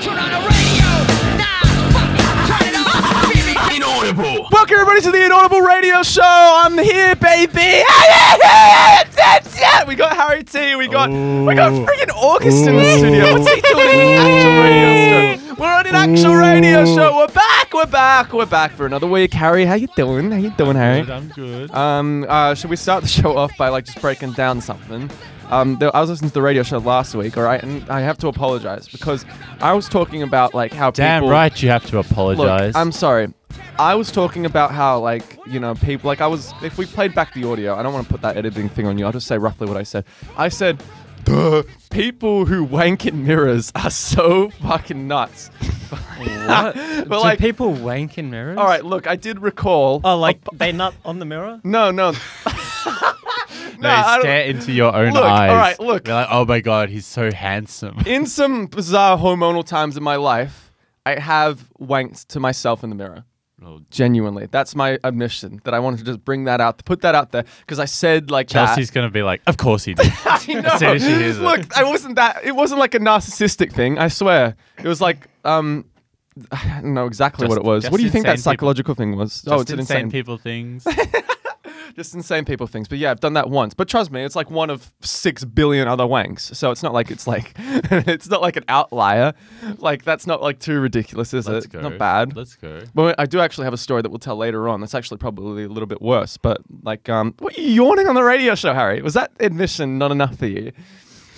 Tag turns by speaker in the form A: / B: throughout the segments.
A: Turn on the radio. Nah, fuck it. Turn it off. Baby,
B: Inaudible.
C: Welcome everybody to the Inaudible Radio Show. I'm here, baby. We got Harry T. We got we got freaking August in the studio. What's he doing in an actual radio show? We're on an actual radio show. We're back. We're back. We're back for another week. Harry, how you doing? How you doing, Harry?
B: Good, I'm good.
C: Um, uh, should we start the show off by like just breaking down something? Um, there, I was listening to the radio show last week, all right, and I have to apologize because I was talking about like how
B: Damn
C: people
B: right you have to apologize.
C: Look, I'm sorry. I was talking about how, like, you know, people, like, I was, if we played back the audio, I don't want to put that editing thing on you. I'll just say roughly what I said. I said, Duh, people who wank in mirrors are so fucking nuts. But,
D: What? Do
C: like-
D: people wank in mirrors?
C: All right, look, I did recall. Oh,
D: Oh, like they nut on the mirror?
C: no, no. no,
B: no,
C: I don't-
B: stare into your own
C: Look,
B: eyes.
C: alright, look.
B: You're like, oh my god, he's so handsome.
C: in some bizarre hormonal times in my life, I have wanked to myself in the mirror.
B: Oh,
C: Genuinely, that's my admission that I wanted to just bring that out, put that out there, because I said like that.
B: Chelsea's gonna be like, of course he did.
C: I know.
B: soon as she hears it.
C: Look, I wasn't that. It wasn't like a narcissistic thing. I swear. It was like um, I don't know exactly what
B: Just-
C: it was. What
B: just
C: do you think that
B: insane people.
C: psychological thing was? Oh,
B: Just insane, people things.
C: Uh, Just insane people things. But yeah, I've done that once. But trust me, it's like one of six billion other wanks. So it's not like it's like it's not like an outlier. Like that's not like too ridiculous, is
B: Let's
C: it?
B: go.
C: Not bad.
B: Let's go.
C: Well, I do actually have a story that we'll tell later on. That's actually probably a little bit worse. But like, um, what are you yawning on the radio show, Harry? Was that admission not enough for you?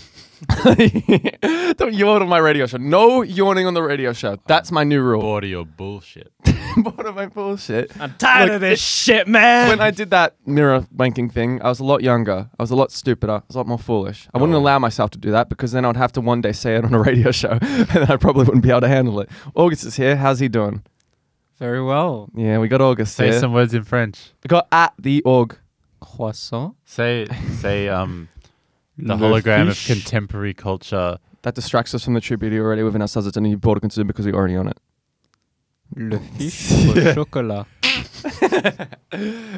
C: Don't yawn on my radio show. No yawning on the radio show. That's my new rule.
B: Bored of your bullshit.
C: Bored of my bullshit.
D: I'm tired
C: Look,
D: of this shit, man.
C: When I did that mirror wanking thing, I was a lot younger. I was a lot stupider. I was a lot more foolish. I wouldn't
B: Oh.
C: allow myself to do that because then I'd have to one day say it on a radio show, and then I probably wouldn't be able to handle it. August is here. How's he doing?
D: Very well.
C: Yeah, we got August
B: Say
C: here.
B: some words in French.
C: we got at the org.
D: Croissant.
B: Say say um the
C: Le
B: hologram
C: fish.
B: of contemporary culture.
C: That distracts us from the tribute already within ourselves. It's only border consumed because we're already on it.
D: Le fish au chocolat.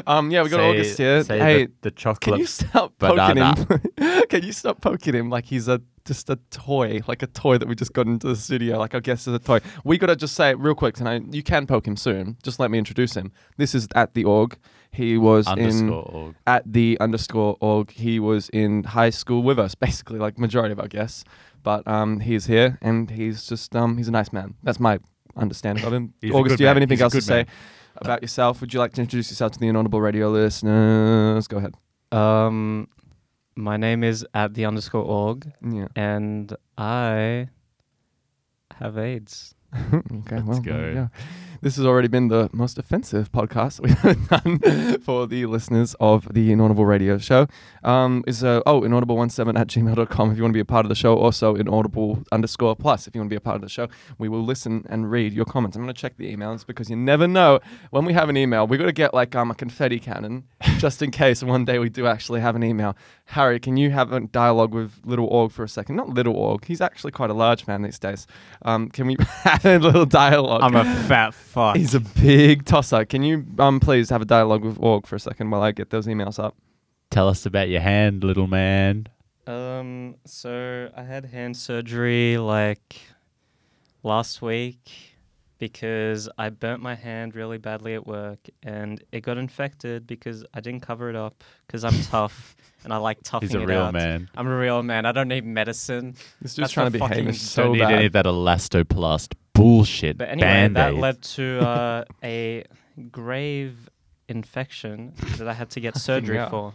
C: Um, yeah, we got
B: say,
C: August here.
B: Say
C: Hey,
B: the, the chocolate.
C: can you stop poking him? can you stop poking him like he's a just a toy, like a toy that we just got into the studio? Like I guess is a toy. We gotta just say it real quick tonight. You can poke him soon. Just let me introduce him. This is at the org. He was in
B: underscore org.
C: at the underscore org. He was in high school with us, basically, like majority of our guests. But um, he's here, and he's just um, he's a nice man. That's my understanding of him.
B: He's a
C: August,
B: good
C: do you have
B: man.
C: anything
B: He's a
C: else to
B: good man.
C: say about yourself? Would you like to introduce yourself to the inaudible radio listeners? Go ahead.
D: Um, my name is at the underscore org,
C: Yeah.
D: and I have AIDS.
C: Okay. Let's well, there you
B: go.
C: go. This has already been the most offensive podcast we've ever done for the listeners of the Inaudible Radio Show. Um, is uh, oh inaudible17 at gmail.com if you want to be a part of the show. Also inaudible underscore plus if you want to be a part of the show. We will listen and read your comments. I'm going to check the emails because you never know when we have an email. We got to get like um, a confetti cannon just in case one day we do actually have an email. Harry, can you have a dialogue with Little Org for a second? Not Little Org. He's actually quite a large man these days. Um, can we have a little dialogue?
D: a fat fuck.
C: He's a big tosser. Can you um please have a dialogue with Org for a second while I get those emails up?
B: Tell us about your hand, little man.
D: Um, so I had hand surgery like last week because I burnt my hand really badly at work and it got infected because I didn't cover it up because I'm tough and I like toughing
B: He's a
D: it
B: real
D: out.
B: man.
D: I'm a real man. I don't need medicine.
C: This dude's
D: That's
C: trying
D: a
C: to be
D: fucking-
C: Hamish
D: Don't
C: so
B: Don't need
C: bad.
B: any of that elastoplast bullshit.
D: But anyway,
B: Band-Aid.
D: that led to uh, a grave infection that I had to get surgery
C: hell.
D: for.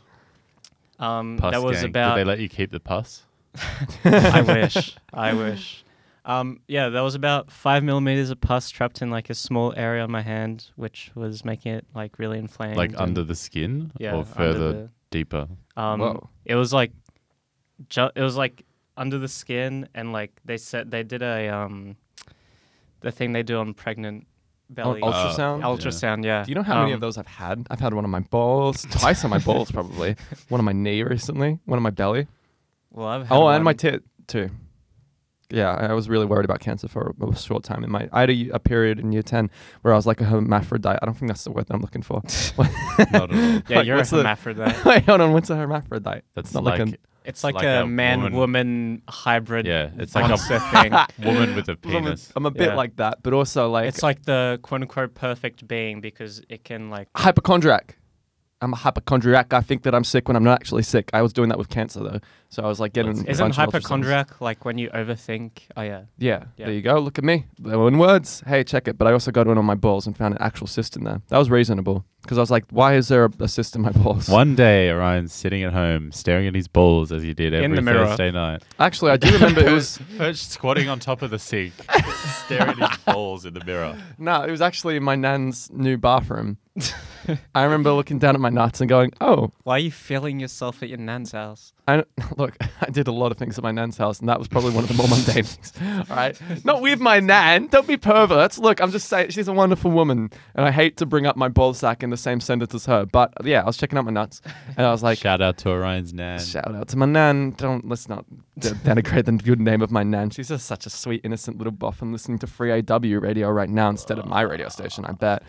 D: Um,
B: Pus
D: that was
B: gang.
D: about
B: Did they let you keep the pus?
D: I wish. I wish. Um, yeah, there was about five millimeters of pus trapped in like a small area on my hand, which was making it like really inflamed.
B: Like
D: and-
B: under the skin
D: yeah,
B: or
D: under
B: further deeper?
D: the- um,
C: Whoa.
D: it was like, ju- it was like under the skin, and like they said they did a um, the thing they do on pregnant belly
C: ultrasound?
B: Uh,
D: ultrasound. Yeah.
C: Do you know how many of
D: Um,
C: those I've had? I've had one on my balls, twice on my balls probably, one on my knee recently, one on my belly.
D: Well, I've had
C: Oh, and my
D: one.
C: tit too. Yeah, I I was really worried about cancer for a a short time. In my, I had a, a period in year ten where I was like a hermaphrodite. I don't think that's the word that I'm looking for.
B: Not at all.
D: yeah,
C: like,
D: you're a
C: what's the-
D: hermaphrodite.
C: Wait, hold on. What's a hermaphrodite?
B: That's
C: not
B: like,
C: like a-
D: It's like,
B: like
D: a,
B: a
D: man
B: woman-
D: woman hybrid.
B: Yeah, it's like a-
D: monster thing.
B: Woman with a
C: I'm a,
B: penis.
C: I'm a bit
D: Yeah.
C: like that, but also like,
D: It's like the quote unquote perfect being because it can like
C: hypochondriac. I'm a hypochondriac. I think that I'm sick when I'm not actually sick. I was doing that with cancer though, so I was like getting. a
D: isn't
C: bunch of ultrasounds.
D: hypochondriac like when you overthink? Oh yeah.
C: Yeah,
D: Yeah.
C: there you go. Look at me. They were in words. Hey, check it. But I also got one on my balls and found an actual cyst in there. That was reasonable because I was like, why is there a, a cyst in my balls?
B: One day, Orion's sitting at home staring at his balls as he did every
D: In the mirror.
B: Thursday night.
C: Actually, I do remember it was.
B: Perch squatting on top of the sink, staring at his balls in the mirror.
C: No, it was actually in my nan's new bathroom. I remember looking down at my nuts and going, oh.
D: Why are you feeling yourself at your nan's house?
C: I, look, I did a lot of things at my nan's house, and that was probably one of the more mundane things. All right, not with my nan. Don't be perverts. Look, I'm just saying she's a wonderful woman, and I hate to bring up my ball sack in the same sentence as her. But yeah, I was checking out my nuts, and I was like,
B: Shout out to Orion's nan.
C: Shout out to my nan. Don't let's not de- denigrate the good name of my nan. She's just such a sweet, innocent little boffin listening to free AW radio right now instead of my radio station. I bet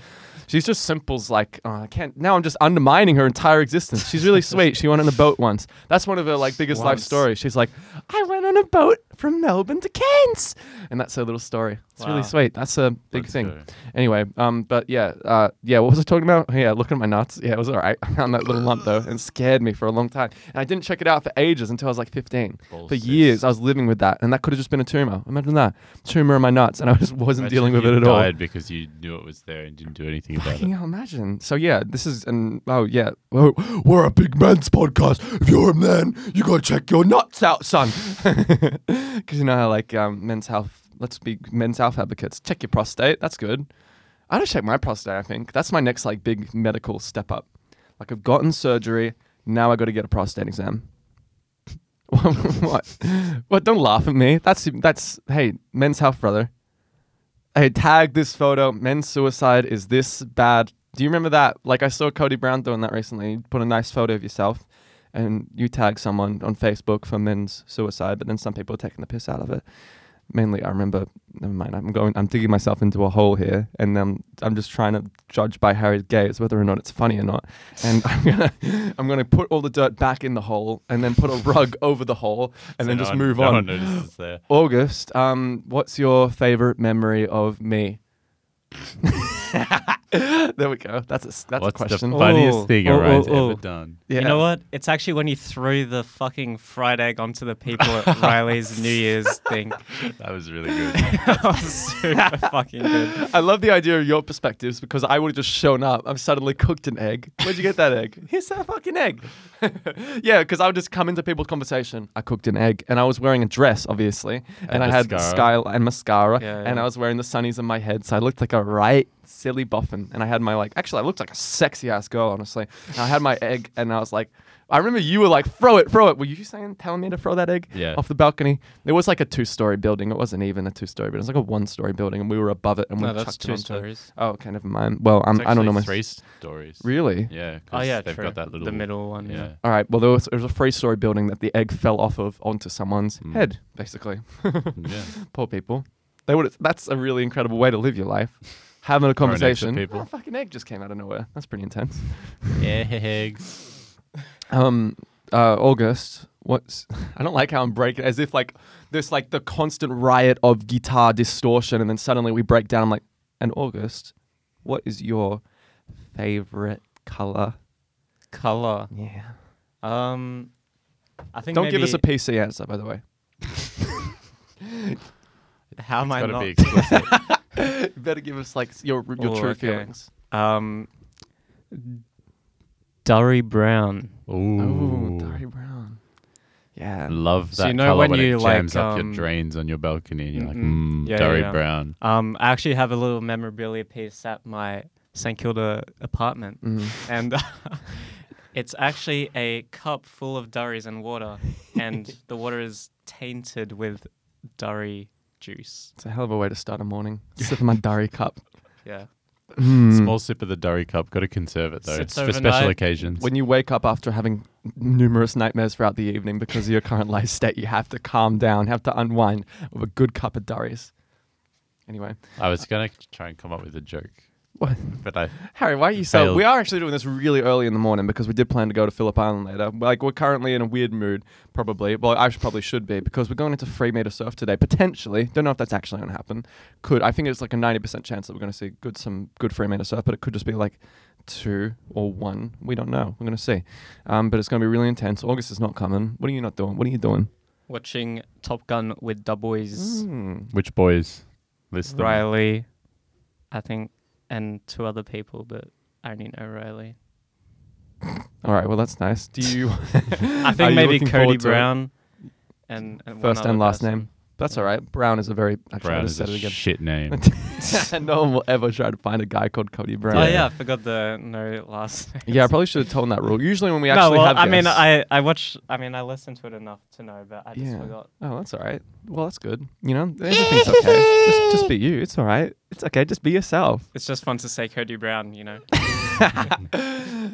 C: she's just simple's like oh, I can't. Now I'm just undermining her entire existence. She's really sweet. She went on a boat once. That's one of her like biggest life
D: Once.
C: stories. She's like, I went on a boat from Melbourne to Cairns, and that's her little story. It's really
D: Wow.
C: sweet. That's a big
B: Let's
C: thing.
B: go.
C: Anyway, um, but yeah, uh, yeah. What was I talking about? Yeah, looking at my nuts. Yeah, it was all right. I found that little lump though, and it scared me for a long time. And I didn't check it out for ages until I was like 15.
B: Balls
C: for
B: cyst.
C: years, I was living with that, and that could have just been a tumor. Imagine that tumor in my nuts, and I just wasn't
B: Imagine
C: dealing
B: if
C: with it
B: you
C: at all.
B: died because you knew it was there and didn't do anything about
C: Fucking
B: it.
C: hell, imagine. So yeah, this is an oh yeah, Whoa, we're a big man's podcast. If you're a man, you gotta check your nuts out, son. Because you know how like um, men's health. Let's be men's health advocates. Check your prostate. That's good. I don't check my prostate. I think that's my next like big medical step up. Like I've gotten surgery. Now I got to get a prostate exam. what? What? Don't laugh at me. That's that's. Hey, men's health, brother. Hey, tag this photo. Men's suicide is this bad. Do you remember that? Like I saw Cody Brown doing that recently. You put a nice photo of yourself, and you tag someone on Facebook for men's suicide. But then some people are taking the piss out of it. Mainly, I remember. Never mind. I'm going. I'm digging myself into a hole here, and um, I'm just trying to judge by Harry's gaze whether or not it's funny or not. And I'm gonna, I'm gonna put all the dirt back in the hole, and then put a rug over the hole,
B: So
C: and then
B: no
C: just
B: one-
C: move
B: no
C: on.
B: one notices it's there.
C: August, um, what's your favorite memory of me? there we go. That's a s- that's
B: What's
C: a question.
B: the funniest
D: Oh,
B: thing
D: oh,
B: Orion's
D: oh, oh.
B: ever done?
C: yeah.
D: You know what? It's actually when you threw the fucking fried egg onto the people at Riley's New Year's thing.
B: That was really good.
D: That was super fucking good.
C: I love the idea of your perspectives because I would have just shown up. I've suddenly cooked an egg. Where'd you get that egg? Here's that fucking egg. yeah, because I would just come into people's conversation. I cooked an egg, and I was wearing a dress, obviously, and, I had
B: mascara.
C: sky and mascara,
D: Yeah,
C: and
D: yeah.
C: I was wearing the sunnies in my head, so I looked like a right silly boffin. And I had my like, actually, I looked like a sexy ass girl, honestly. And I had my egg, and I was like. I remember you were like, throw it, throw it. Were you saying, telling me to throw that egg
B: Yeah.
C: off the balcony? It was like a two story building. It wasn't even a two story building. It was like a one story building, and we were above it. And we
D: No, that's
C: chucked it
D: two
C: onto-
D: stories.
C: Oh, okay, never mind. Well, I'm,
B: It's
C: Um, I don't know
B: actually three
C: my
B: stories.
C: really.
B: Yeah. 'cause
D: Oh yeah,
B: they've
D: true.
B: got that little
D: the middle one.
B: Yeah.
C: All right. Well, there was, there was a three-story building that the egg fell off of onto someone's
B: Mm.
C: head, basically.
B: yeah.
C: Poor people. They would. That's a really incredible way to live your life. Having a
B: Throwing eggs at
C: conversation.
B: people.
C: Oh, a fucking egg just came out of nowhere. That's pretty intense.
B: Eggs.
C: Um, uh, August. What's? I don't like how I'm breaking. As if like there's like the constant riot of guitar distortion, and then suddenly we break down. I'm like, and August, what is your favorite color?
D: Color.
C: Yeah.
D: Um, I think.
C: Don't give us a
D: maybe-
C: PC answer, by the way.
D: How am I
B: Gotta
D: not?
B: be explicit.
C: you better give us like your your
D: Oh,
C: true
D: okay.
C: feelings.
D: Um, Durry brown.
C: Oh,
B: Ooh.
C: Dari Brown. Yeah.
B: Love that
D: So you know
B: color
D: when
B: when
D: you,
B: it
D: like,
B: jams up your
D: um,
B: drains on your balcony and you're like,
D: mm-mm.
B: mmm,
D: Yeah, yeah,
B: Derry
D: yeah.
B: Brown.
D: Um, I actually have a little memorabilia piece at my St Kilda apartment, and uh, it's actually a cup full of durries and water, and the water is tainted with durry juice.
C: It's a hell of a way to start a morning. Sip of my Dari cup.
D: Yeah.
C: Hmm.
B: Small sip of the Derry cup. Got to conserve it though.
D: Sits
B: It's for special
D: overnight.
B: occasions.
C: When you wake up after having numerous nightmares throughout the evening because of your current life state, you have to calm down, have to unwind with a good cup of Durries. Anyway,
B: I was gonna try and come up with a joke.
C: What?
B: But I
C: Harry, why are you so?
B: Failed.
C: We are actually doing this really early in the morning because we did plan to go to Phillip Island later. Like we're currently in a weird mood, probably. Well, I should, probably should be because we're going into free meter surf today. Potentially, don't know if that's actually going to happen. Could I think it's like a ninety percent chance that we're going to see good some good free meter surf, but it could just be like two or one. We don't know. We're going to see. Um, but it's going to be really intense. August is not coming. What are you not doing? What are you doing?
D: Watching Top Gun with the boys,
C: Mm.
B: which boys? List them.
D: Riley, I think, and two other people, but I only know Riley.
C: All right. Well, that's nice. Do you?
D: I
C: Are
D: think
C: you
D: maybe
C: looking
D: Cody
C: forward to it?
D: Brown and, and one
C: First
D: other
C: and last
D: person.
C: name. That's all right. Brown is a very. Actually, I
B: Brown
C: just
B: is
C: said
B: a
C: it again.
B: shit name.
C: no one will ever try to find a guy called Cody Brown.
D: Oh
B: Yeah.
D: yeah. I forgot the no last name.
C: Yeah, I probably should have told him that rule. Usually when we actually
D: no, well,
C: have
D: I mean,
C: guests-
D: I I watched. I mean, I listened to it enough to know, but I just
C: Yeah.
D: forgot.
C: Oh, that's all right. Well, that's good. You know, everything's okay. just, just be you. It's all right. It's okay. Just be yourself.
D: It's just fun to say Cody Brown, you know.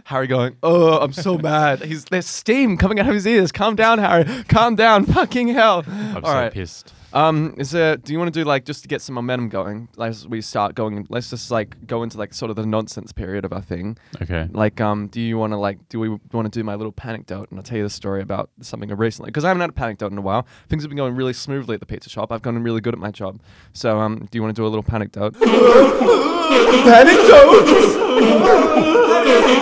C: Harry going, oh, I'm so mad. He's there's steam coming out of his ears. Calm down, Harry. Calm down. Fucking hell.
B: I'm
C: All
B: so
C: right.
B: pissed.
C: Um, is there? Do you want to do like just to get some momentum going? As we start going, let's just like go into like sort of the nonsense period of our thing.
B: Okay.
C: Like, um, do you want to like, do we want to do my little anecdote? And I'll tell you the story about something I recently because I haven't had a anecdote in a while. Things have been going really smoothly at the pizza shop. I've gotten really good at my job. So, um, do you want to do a little anecdote?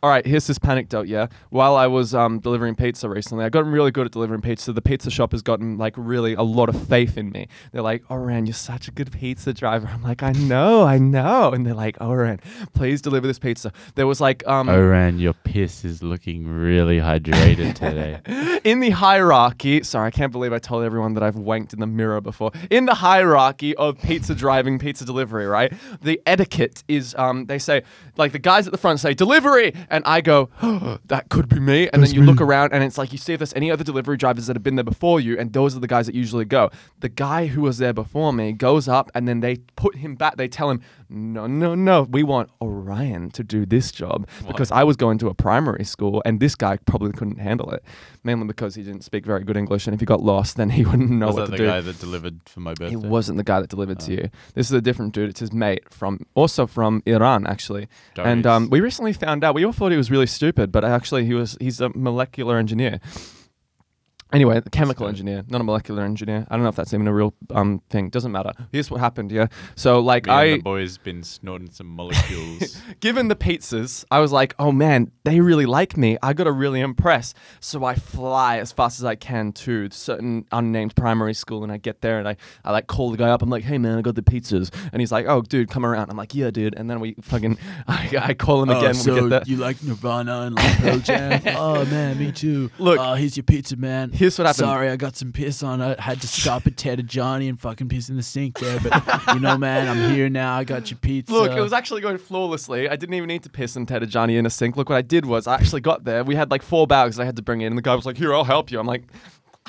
C: All right, here's this anecdote. Yeah, while I was um, delivering pizza recently, I gotten really good at delivering pizza. The pizza shop has gotten like really a lot of faith in me. They're like, "Oh, Ran, you're such a good pizza driver." I'm like, "I know, I know," and they're like, "Oh, Ran, please deliver this pizza." There was like um,
B: Oran, your piss is looking really hydrated today.
C: in the hierarchy. Sorry, I can't believe I told everyone that I've wanked in the mirror before. In the hierarchy of pizza driving, pizza delivery, right? The etiquette is um, they say like the guys at the front say delivery, and I go, "Oh, that could be me, and then you look around and it's like you see if there's any other delivery drivers that have been there before you, and those are the guys that usually go. The guy who was there before me goes up, and then they put him back. They tell him, no, no, no, we want Orion to do this job because I was going to a primary school, and this guy probably couldn't handle it, mainly because he didn't speak very good English, and if he got lost, then he wouldn't know
B: Was
C: what
B: that
C: to
B: the
C: do.
B: guy that Oh. delivered for my birthday?
C: It wasn't the guy that delivered to you. This is a different dude. It's his mate from also from Iran, actually. And
B: Darius.
C: um, we recently found out. We all thought he was really stupid, but actually he was. He's a molecular engineer. Anyway, a chemical
B: dope.
C: engineer, not a molecular engineer. I don't know if that's even a real um thing. Doesn't matter. Here's what happened. Yeah. So like
B: Me
C: I
B: and the boys been snorting some molecules.
C: given the pizzas, I was like, oh man, they really like me. I gotta really impress. So I fly as fast as I can to certain unnamed primary school and I get there and I, I like call the guy up. I'm like, hey man, I got the pizzas. And he's like, oh dude, come around. I'm like, yeah, dude. And then we fucking, I, I call
B: Oh,
C: him again. we get there.
E: Oh, you like Nirvana and like Pearl Jam? oh man, me too.
C: Look.
E: oh, here's your pizza, man.
C: Here's what happened.
E: Sorry, I got some piss on. I had to stop at Ted and Johnny and fucking piss in the sink there, but you know, man, I'm here now. I got your pizza.
C: Look, it was actually going flawlessly. I didn't even need to piss and Ted and Johnny in a sink. Look, what I did was I actually got there. We had like four bags I had to bring in, and the guy was like, "Here, I'll help you." I'm like,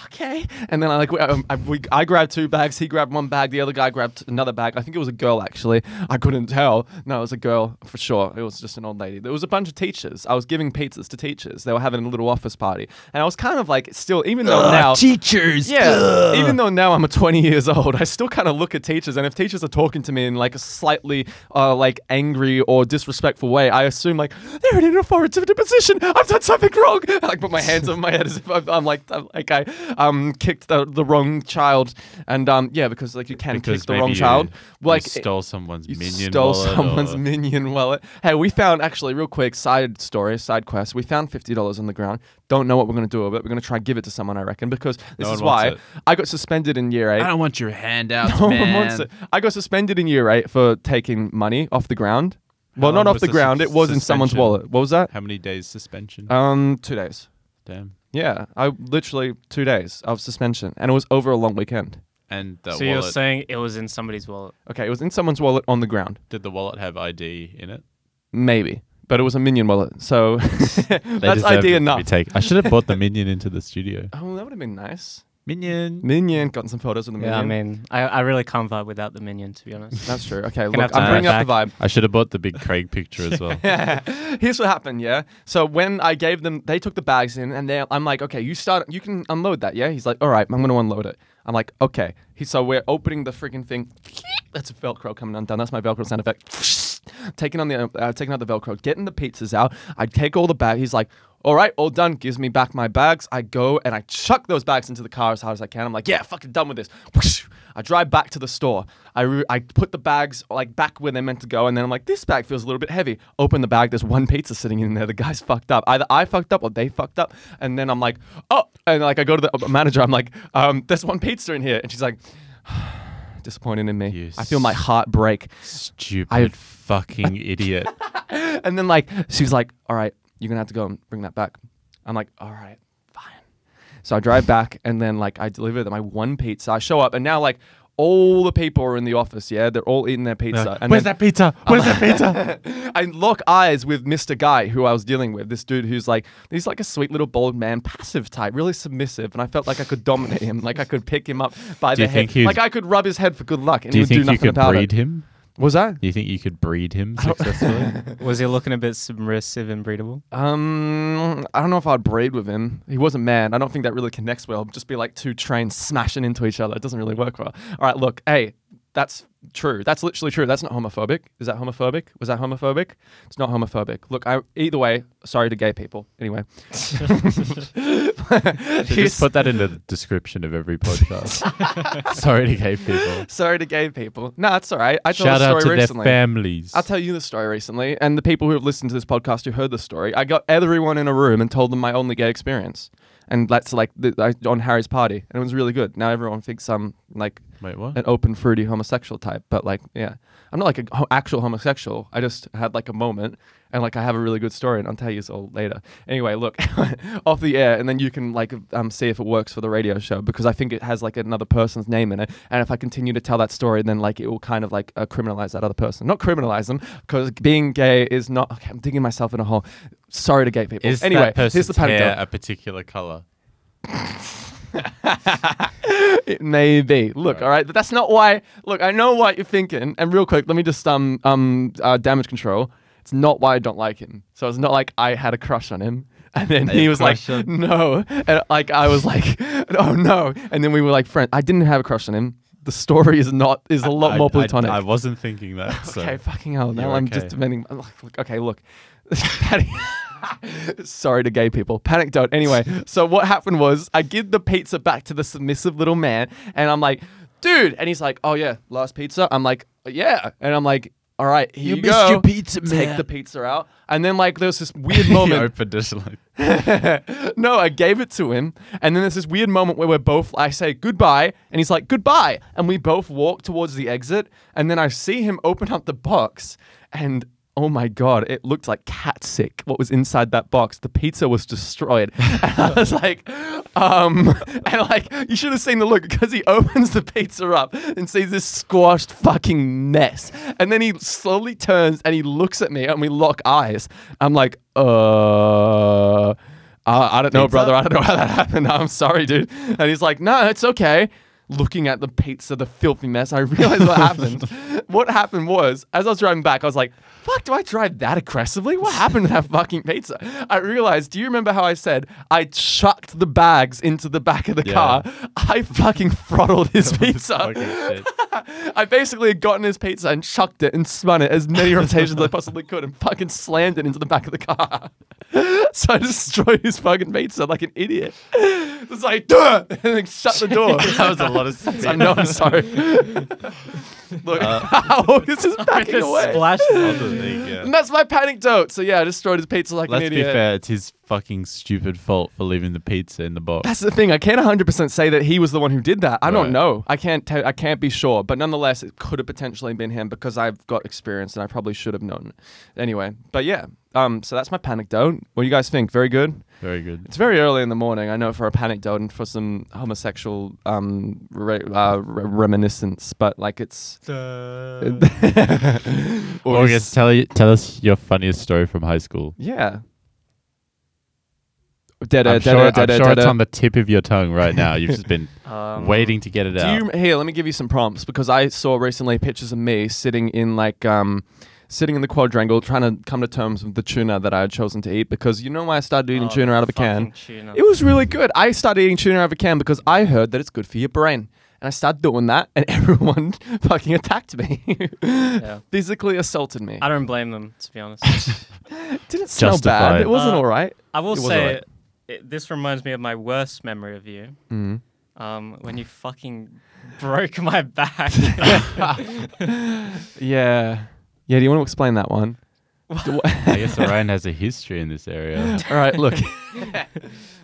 C: "Okay." And then I like, we, um, I, we, I grabbed two bags. He grabbed one bag. The other guy grabbed another bag. I think it was a girl actually. I couldn't tell. No, it was a girl for sure. It was just an old lady. There was a bunch of teachers. I was giving pizzas to teachers. They were having a little office party, and I was kind of like, still, even though
E: Ugh,
C: now
E: teachers.
C: yeah.
E: Ugh.
C: Even though now I'm a 20 years old, I still kind of look at teachers, and if teachers are talking to me in like a slightly uh, like angry or disrespectful way, I assume like they're in an authoritative position. I've done something wrong. I like put my hands over my head as if I'm, I'm like I'm, like I um kicked the, the wrong child, and um yeah because like you can
B: because
C: kick the
B: maybe
C: wrong
B: you,
C: child.
B: you
C: Like it-
B: stole someone's
C: you
B: minion.
C: stole
B: wallet
C: someone's
B: or-
C: minion wallet. Hey, we found actually real quick side story, side quest. We found fifty dollars on the ground. Don't know what we're gonna do with it. We're gonna try and give it to someone, I reckon, because this
B: No
C: is
B: one wants
C: why
B: it.
C: I got suspended in year eight.
E: I don't want your handouts,
C: No one
E: man.
C: wants it. I got suspended in year eight for taking money off the ground. Well,
B: How
C: not
B: long
C: off
B: was
C: the
B: the
C: ground.
B: sus-
C: It was in someone's
B: suspension?
C: wallet. What was that?
B: How many days suspension?
C: Um, two days.
B: Damn.
C: Yeah, I literally two days of suspension, and it was over a long weekend.
B: And that
D: so you're
B: wallet.
D: saying it was in somebody's wallet?
C: Okay, it was in someone's wallet on the ground.
B: did the wallet have ID in it?
C: Maybe. But it was a minion wallet, so that's
B: deserved it
C: idea
B: to be
C: enough.
B: taken. I should have brought the minion into the studio.
C: Oh, that would have been nice.
B: Minion.
C: Minion, gotten some photos of the
D: Yeah,
C: minion.
D: I mean, I, I really can't vibe without the minion, to be honest.
C: That's true. Okay,
D: have
C: look,
D: to
C: I'm
D: add
C: bringing
D: that
C: up the vibe.
B: I should have bought the big Craig picture as well.
C: Here's what happened, yeah. So when I gave them, they took the bags in, and they, I'm like, okay, you start, you can unload that, yeah. He's like, all right, I'm gonna unload it. I'm like, okay. He, so we're opening the freaking thing, That's a Velcro coming undone. That's my Velcro sound effect. taking on the, uh, taking out the Velcro, getting the pizzas out. I take all the bag. He's like, "All right, all done." Gives me back my bags. I go and I chuck those bags into the car as hard as I can. I'm like, "Yeah, fucking done with this." I drive back to the store. I re- I put the bags like back where they're meant to go, and then I'm like, "This bag feels a little bit heavy." Open the bag. There's one pizza sitting in there. The guy's fucked up. Either I fucked up or they fucked up. And then I'm like, "Oh," and like I go to the uh, manager. I'm like, um, "There's one pizza in here," and she's like. Disappointed in me.
B: You
C: I feel my heart break.
B: Stupid
C: I-
B: fucking idiot.
C: And then like she was like, "All right, you're gonna have to go and bring that back." I'm like, "All right, fine." So I drive back, and then like I deliver my one pizza. I show up, and now like all the people are in the office. Yeah, they're all eating their pizza. and
B: Where's
C: then-
B: that pizza? Where's that pizza?
C: I lock eyes with Mr. Guy, who I was dealing with. This dude who's like, he's like a sweet little bald man, passive type, really submissive. And I felt like I could dominate him, like I could pick him up by
B: Do
C: the
B: you think
C: head,
B: he's-
C: like I could rub his head for good luck, and
B: Do you
C: he would do
B: think you
C: nothing
B: could
C: about
B: breed
C: it.
B: him?
C: Was that?
B: Do you think you could breed him successfully?
D: Was he looking a bit submissive and breedable?
C: Um, I don't know if I'd braid with him. He wasn't man. I don't think that really connects well. Just be like two trains smashing into each other. It doesn't really work well. All right, look, hey, that's true. That's literally true. That's not homophobic. Is that homophobic? Was that homophobic? It's not homophobic. Look, I either way, sorry to gay people. Anyway,
B: Just put that in the description of every podcast. Sorry to gay people.
C: sorry to gay people. No, it's all right. I told
B: Shout
C: a
B: out
C: story
B: to
C: recently.
B: their families.
C: I'll tell you the story recently, and the people who have listened to this podcast who heard the story. I got everyone in a room and told them my only gay experience, and that's like the, I, on Harry's party, and it was really good. Now everyone thinks I'm like
B: Wait, what?
C: an open, fruity homosexual type, but like, yeah, I'm not like a ho- actual homosexual. I just had like a moment, and like I have a really good story, and I'll tell you all later. Anyway, look off the air, and then you can like um, see if it works for the radio show because I think it has like another person's name in it, and if I continue to tell that story, then like it will kind of like uh, criminalize that other person, not criminalize them because being gay is not. Okay, I'm digging myself in a hole. Sorry to gay people.
B: Is
C: oh, anyway,
B: that person's
C: here's the pattern.
B: hair a particular color?
C: It may be. Look, all right, but that's not why. Look, I know what you're thinking. And real quick, let me just um um uh, damage control. It's not why I don't like him. So it's not like I had a crush on him, and then he was like,
D: crush on-
C: no, and like I was like, oh no, and then we were like friends. I didn't have a crush on him. The story is not is a lot
B: I-
C: more
B: I-
C: platonic.
B: I, wasn't thinking that. so.
C: Okay, fucking hell. Now
B: You're
C: I'm just
B: okay.
C: defending. I'm like, look, okay, look. Panic- Sorry to gay people. Panic don't. Anyway, so what happened was I give the pizza back to the submissive little man, and I'm like, dude. And he's like, oh yeah, last pizza. I'm like, yeah. And I'm like, all right, here you,
E: You missed
C: go.
E: your pizza,
C: Take
E: man."
C: the pizza out. And then like there was this weird
B: He
C: moment.
B: opened it like,
C: no, I gave it to him. And then there's this weird moment where we're both, I say goodbye, and he's like, goodbye. And we both walk towards the exit. And then I see him open up the box, and oh my God, it looked like cat sick what was inside that box. The pizza was destroyed. And I was like, um, and like, you should have seen the look because he opens the pizza up and sees this squashed fucking mess. And then he slowly turns and he looks at me, and we lock eyes. I'm like, uh, uh, I don't know, brother. I don't know how that happened. I'm sorry, dude. And he's like, no, it's okay. Looking at the pizza, the filthy mess, I realized what happened. what happened was, as I was driving back, I was like, fuck, do I drive that aggressively? What happened to that fucking pizza? I realized, do you remember how I said I chucked the bags into the back of the
B: Yeah.
C: car? I fucking throttled his pizza.
B: fucking shit.
C: I basically had gotten his pizza and chucked it and spun it as many rotations as I possibly could and fucking slammed it into the back of the car. so I destroyed his fucking pizza like an idiot. It's like, duh! And then shut the door.
B: That was a lot of
C: I know, I'm sorry. Look,
B: Uh,
C: how is this backing away? And that's my panic dote. So yeah, I destroyed his pizza like
B: Let's
C: an
B: be
C: idiot.
B: fair, it's his fucking stupid fault for leaving the pizza in the box.
C: That's the thing. I can't 100% say that he was the one who did that. I don't
B: Right.
C: know. I can't. Te- I can't be sure. But nonetheless, it could have potentially been him because I've got experience and I probably should have known. Anyway, but yeah. Um. So that's my panic dote. What do you guys think? Very good.
B: Very good.
C: It's very early in the morning. I know for a panic dote and for some homosexual um re- uh, re- reminiscence, but like it's
B: August, tell you, tell us your funniest story from high school.
C: yeah. Dead air,
B: I'm
C: dead
B: sure,
C: air, dead
B: I'm
C: air,
B: sure
C: dead
B: it's
C: air.
B: on the tip of your tongue right now. You've just been
D: Um,
B: waiting to get it out.
C: Do you here? Let me give you some prompts because I saw recently pictures of me sitting in like um, sitting in the quadrangle trying to come to terms with the tuna that I had chosen to eat because you know why I started eating
D: oh,
C: tuna out of a can.
D: fucking tuna.
C: It was really good. I started eating tuna out of a can because I heard that it's good for your brain. And I started doing that, and everyone fucking attacked me,
D: Yeah.
C: physically assaulted me.
D: I don't blame them, to be honest.
C: didn't smell bad.
B: Justified.
C: It wasn't
D: Uh,
C: all right.
D: I will
C: It was
D: say,
C: alright.
D: it, this reminds me of my worst memory of you.
C: Mm.
D: Um, when you fucking broke my back.
C: Yeah. Yeah. Do you want to explain that one? Do-
B: I guess Orion has a history in this area.
C: all right. Look.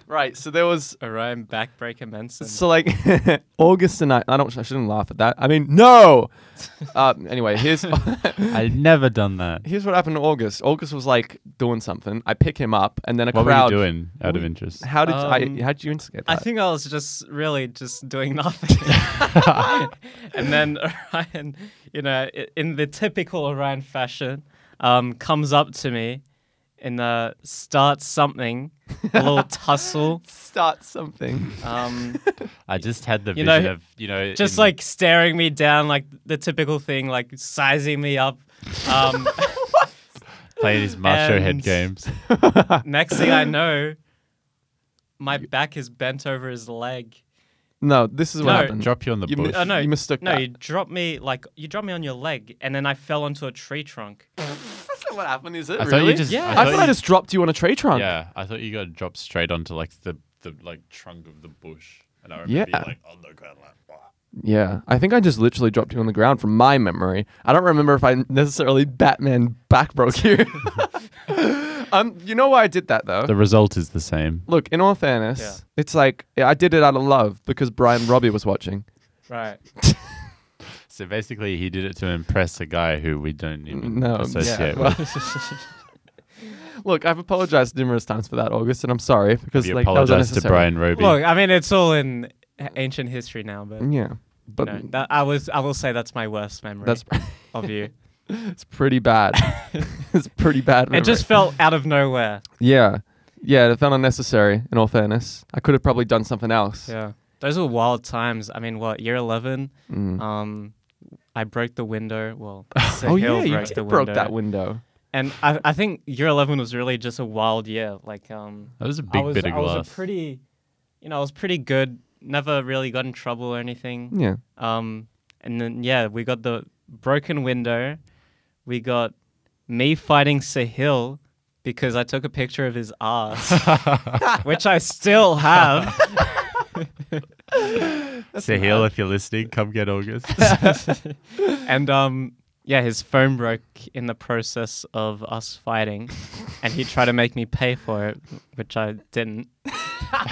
C: right. So there was
D: Orion backbreaker Manson.
C: So like August and I, I don't. I shouldn't laugh at that. I mean, no. uh, anyway, here's
B: I've never done that.
C: here's what happened to August. August was like doing something. I pick him up, and then a
B: What
C: crowd.
B: were you doing out of
C: We-
B: interest?
C: How did
D: Um,
C: I? How did you instigate
D: I
C: that?
D: think I was just really just doing nothing. and then Orion, you know, i- in the typical Orion fashion, um, comes up to me and uh, starts something, a little tussle.
C: Start something.
D: Um,
B: I just had the
D: You
B: vision
D: know,
B: of you know
D: just
B: in-
D: like staring me down, like the typical thing, like sizing me up. Um,
B: playing his macho head
D: and-
B: games.
D: next thing I know, my back is bent over his leg.
C: No, this is what
D: No.
C: happened.
B: Drop you on the
C: You mi-
B: bush.
D: Oh no,
C: You mistook
D: No,
C: that.
D: you dropped me like you dropped me on your leg, and then I fell onto a tree trunk.
C: That's not what happened, is it?
B: I thought you just.
D: Yeah.
C: I thought I
B: you-
C: just dropped you on a tree trunk.
B: Yeah, I thought you got dropped straight onto like the the like trunk of the bush, and I remember
C: Yeah.
B: you like oh, on the ground like. "Wah."
C: Yeah, I think I just literally dropped you on the ground from my memory. I don't remember if I necessarily Batman back broke you. um, you know why I did that though.
B: The result is the same.
C: Look, in all fairness,
D: Yeah.
C: it's like I did it out of love because Brian Robbie was watching.
D: Right.
B: So basically, he did it to impress a guy who we don't even
C: Mm, No,
B: associate
C: yeah,
B: with.
C: well- Look, I've apologized numerous times for that, August, and I'm sorry because
B: Have you
C: like that was
B: apologized to
C: unnecessary.
B: Brian Roby.
D: Look, I mean, it's all in h- ancient history now, but
C: Yeah, but
D: no, that, I was I will say that's my worst memory
C: Mm. that's
D: of you.
C: it's pretty bad. it's pretty bad.
D: It just felt out of nowhere.
C: yeah, yeah. It felt unnecessary. In all fairness, I could have probably done something else.
D: Yeah. Those were wild times. I mean, what year eleven?
C: Mm.
D: Um, I broke the window. Well,
C: oh
D: Sahil
C: yeah, you
D: broke the
C: did
D: window.
C: broke that window.
D: And I, I think year eleven was really just a wild year. Like um,
B: that was a big
D: I was,
B: bit of
D: I
B: glass.
D: was a pretty, you know, I was pretty good. Never really got in trouble or anything.
C: Yeah.
D: Um, and then yeah, we got the broken window. We got me fighting Sahil because I took a picture of his ass, which I still have.
B: Sahil, if you're listening, come get August.
D: and um, yeah, his phone broke in the process of us fighting, and he tried to make me pay for it, which I didn't.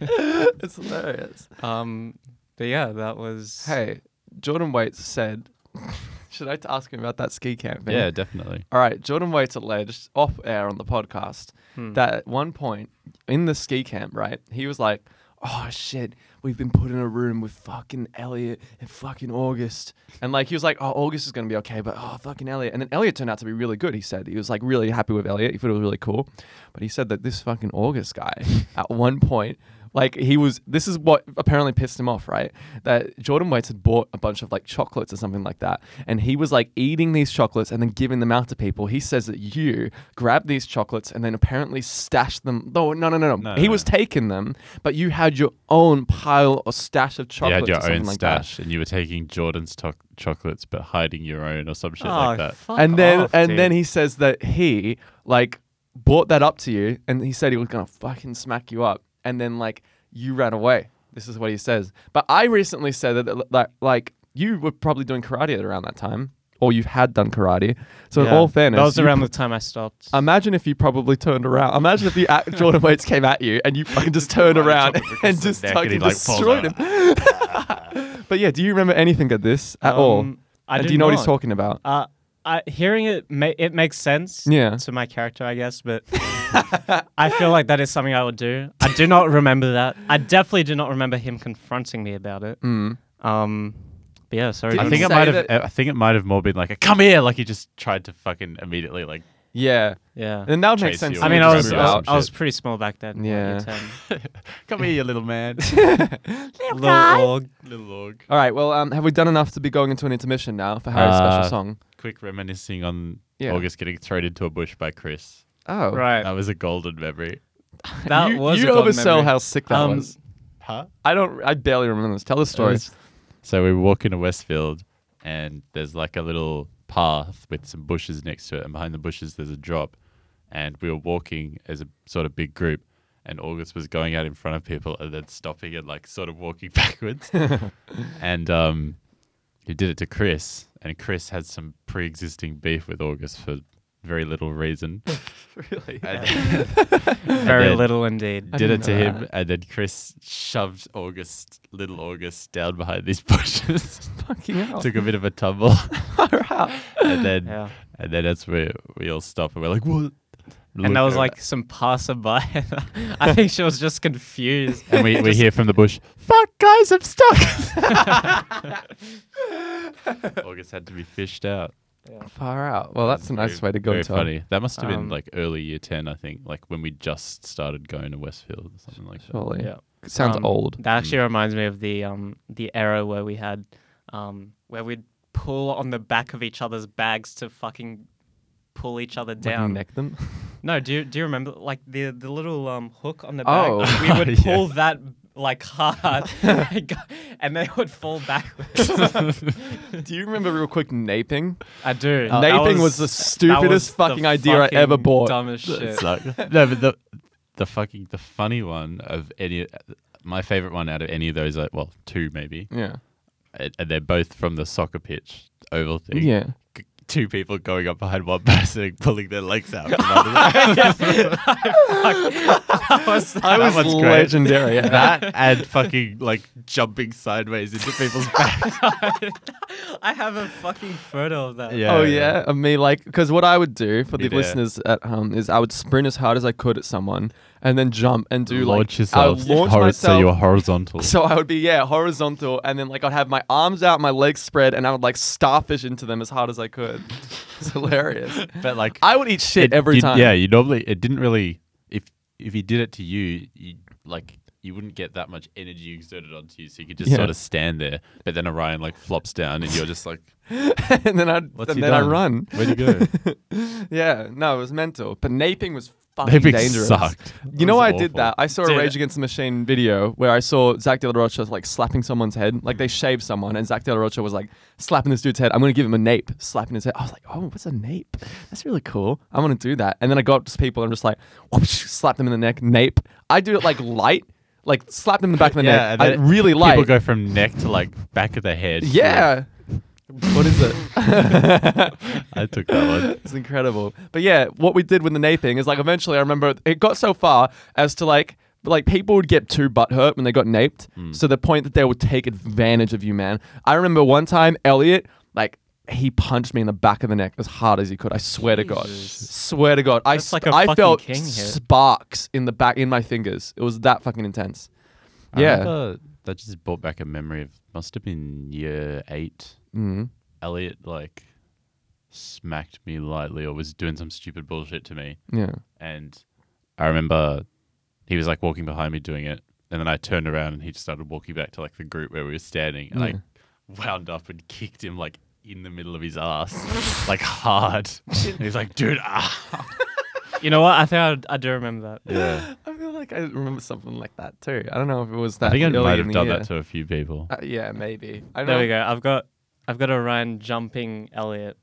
C: It's hilarious.
D: Um, but yeah, that was
C: Hey, Jordan Waits said, should I t- ask him about that ski camp? thing?
B: yeah, definitely.
C: All right, Jordan Waits alleged off air on the podcast that at one point in the ski camp, right, he was like, "Oh shit, we've been put in a room with fucking Elliot and fucking August," and like he was like, "Oh, August is gonna be okay, but oh, fucking Elliot." And then Elliot turned out to be really good. He said he was like really happy with Elliot. He thought it was really cool, but he said that this fucking August guy at one point. Like he was, this is what apparently pissed him off, right? That Jordan Waits had bought a bunch of like chocolates or something like that, and he was like eating these chocolates and then giving them out to people. He says that you grabbed these chocolates and then apparently stashed them. No, no, no, no, no.
B: No,
C: He
B: no,
C: was taking them, but you had your own pile or stash of
B: You
C: chocolates.
B: had your
C: or something
B: own
C: like
B: stash, and you were taking Jordan's to- chocolates, but hiding your own or some shit
D: Oh,
B: like that.
D: fuck
C: That. And then
D: off,
C: and
D: dude.
C: then he says that he like brought that up to you, and he said he was gonna fucking smack you up, and then like you ran away. This is what he says. But I recently said that that like you were probably doing karate at around that time, or you had done karate. So in
D: Yeah,
C: all fairness,
D: that was
C: you
D: around the time I stopped.
C: Imagine if you probably turned around. Imagine if the act Jordan Waits came at you and you fucking just turned around and just
B: neck and
C: fucking
B: he, like, falls
C: destroyed him. but yeah, do you remember anything of this at all?
D: Um, I
C: and
D: do
C: do you know what he's
D: not.
C: talking about?
D: Uh, I, hearing it, ma- it makes sense.
C: Yeah.
D: To my character, I guess, but I feel like that is something I would do. I do not remember that. I definitely do not remember him confronting me about it.
C: Mm.
D: Um, but yeah, sorry.
C: Did
B: I
C: he
D: Jordan.
B: think it
C: say
B: might have.
C: that-
B: I think it might have more been like, a, "Come here!" Like he just tried to fucking immediately like
C: Yeah.
D: yeah.
C: And that would make
B: Chase
C: sense.
B: you
C: to
D: I
B: we
D: mean,
B: just
D: I
C: just
D: was um,
C: move
B: remember
D: I
B: some
D: was, I was
B: shit.
D: pretty small back then. like, year
C: Yeah.
D: 10.
B: Come here, you little man.
D: Little org.
B: little org.
C: All right, well, um, have we done enough to be going into an intermission now for Harry's
B: Uh,
C: special song?
B: Quick reminiscing on
C: Yeah.
B: August getting thrown into a bush by Chris.
C: Oh.
D: Right.
B: That was a golden memory.
D: That
C: you,
D: was
C: you
D: a golden
C: oversell
D: memory.
C: how sick that
D: Um,
C: was.
B: Huh?
C: I don't. I barely remember this. Tell the story.
B: was- So we walk into Westfield, and there's like a little path with some bushes next to it, and behind the bushes there's a drop. And we were walking as a sort of big group, and August was going out in front of people and then stopping and like sort of walking backwards. and um, he did it to Chris, and Chris had some pre-existing beef with August for very little reason.
C: really?
B: And-
D: Very
B: then-
D: little indeed.
B: did it
C: didn't
B: to
C: know
B: him, and then Chris shoved August, little August, down behind these bushes.
C: Fucking hell.
B: Took a bit of a tumble, and then
D: Yeah.
B: and then that's where we all stop and we're like, "What?"
D: And that was
B: Look,
D: like some passerby. I think she was just confused.
B: and we, we hear from the bush, "Fuck, guys, I'm stuck." August had to be fished out.
C: Far out. Well, that's a nice
B: Very-
C: way to go.
B: Very
C: Tom.
B: funny. That must have been
C: Um,
B: like early year ten, I think, like when we just started going to Westfield or something like that.
C: Surely.
D: Yeah.
C: Sounds
D: Um,
C: old.
D: That actually reminds me of the um the era where we had um where we'd pull on the back of each other's bags to fucking pull each other
C: Like,
D: down.
C: neck them.
D: No, do you, do you remember like the the little um hook on the bag?
C: Oh.
D: we would
B: Yeah.
D: pull that like hard, and go- and they would fall backwards.
C: Do you remember real quick naping?
D: I do.
C: Naping
D: Oh, That
C: was the
D: that
C: stupidest
D: was the
C: fucking idea I ever
D: fucking
C: bought.
D: Dumbest
B: It
D: shit.
B: sucked. no, but the the fucking the funny one of any my favorite one out of any of those, like well, two maybe,
C: Yeah.
B: and and they're both from the soccer pitch oval thing.
C: Yeah.
B: G- Two people going up behind one person and pulling their legs out. From under them.
C: I was
B: one's great.
C: legendary. at that.
B: that and fucking like jumping sideways into people's backs.
D: I have a fucking photo of that.
C: Oh yeah, of me like because what I would do for
B: Me
C: the
B: there.
C: listeners at home is I would sprint as hard as I could at someone and then jump and do
B: launch
C: like I
B: yourself.
C: would launch
B: hor- So
C: myself.
B: you're horizontal.
C: So I would be yeah horizontal, and then like I'd have my arms out, my legs spread, and I would like starfish into them as hard as I could. It's hilarious.
B: but like
C: I would eat shit
B: it-
C: every
B: you-
C: time.
B: Yeah, you normally it didn't really if if he did it to you, you like you wouldn't get that much energy exerted onto you, so you could just
C: Yeah.
B: sort of stand there. But then Orion like flops down, and you're just like,
C: and then I and
B: "What's he
C: then I
B: done?
C: run.
B: Where'd he go?"
C: Yeah, no, it was mental. But naping was fucking
B: Naping
C: dangerous.
B: sucked.
C: You know, I did that. I saw
D: Dude.
C: a Rage Against the Machine video where I saw Zach De La Rocha like slapping someone's head. Like they shaved someone, and Zach De La Rocha was like slapping this dude's head. I'm gonna give him a nape, slapping his head. I was like, oh, what's a nape? That's really cool. I'm gonna do that. And then I go up to people and I'm just like, whoosh, slap them in the neck, nape. I do it like light, like slap them in the back of the
B: yeah,
C: neck. I really
B: like
C: light.
B: people go from neck to like back of the head.
C: yeah. what is it?
B: I took that one.
C: It's incredible. But yeah, what we did with the naping is like eventually I remember it got so far as to like like people would get too butthurt when they got naped. So the point that they would take advantage of you, man. I remember one time Elliot like he punched me in the back of the neck as hard as he could. I swear to God,
D: Jesus.
C: swear to God, I
D: That's
C: s-
D: like a
C: I
D: fucking
C: felt
D: king hit.
C: sparks in the back in my fingers. It was that fucking intense.
B: I
C: yeah.
B: remember- that just brought back a memory of must have been year eight.
C: Mhm.
B: Elliot like smacked me lightly or was doing some stupid bullshit to me.
C: Yeah.
B: And I remember he was like walking behind me doing it. And then I turned around and he just started walking back to like the group where we were standing. And I wound up and kicked him like in the middle of his ass, like hard. And he's like, dude, ah.
D: You know what? I think I, I do remember that.
B: Yeah.
C: I feel like I remember something like that too. I don't know if it was that.
B: I think I
C: early
B: might
C: in
B: have
C: the
B: done
C: year.
B: that to a few people.
C: Uh, yeah, maybe. I
D: There
C: know.
D: we go. I've got I've got Orion jumping Elliot.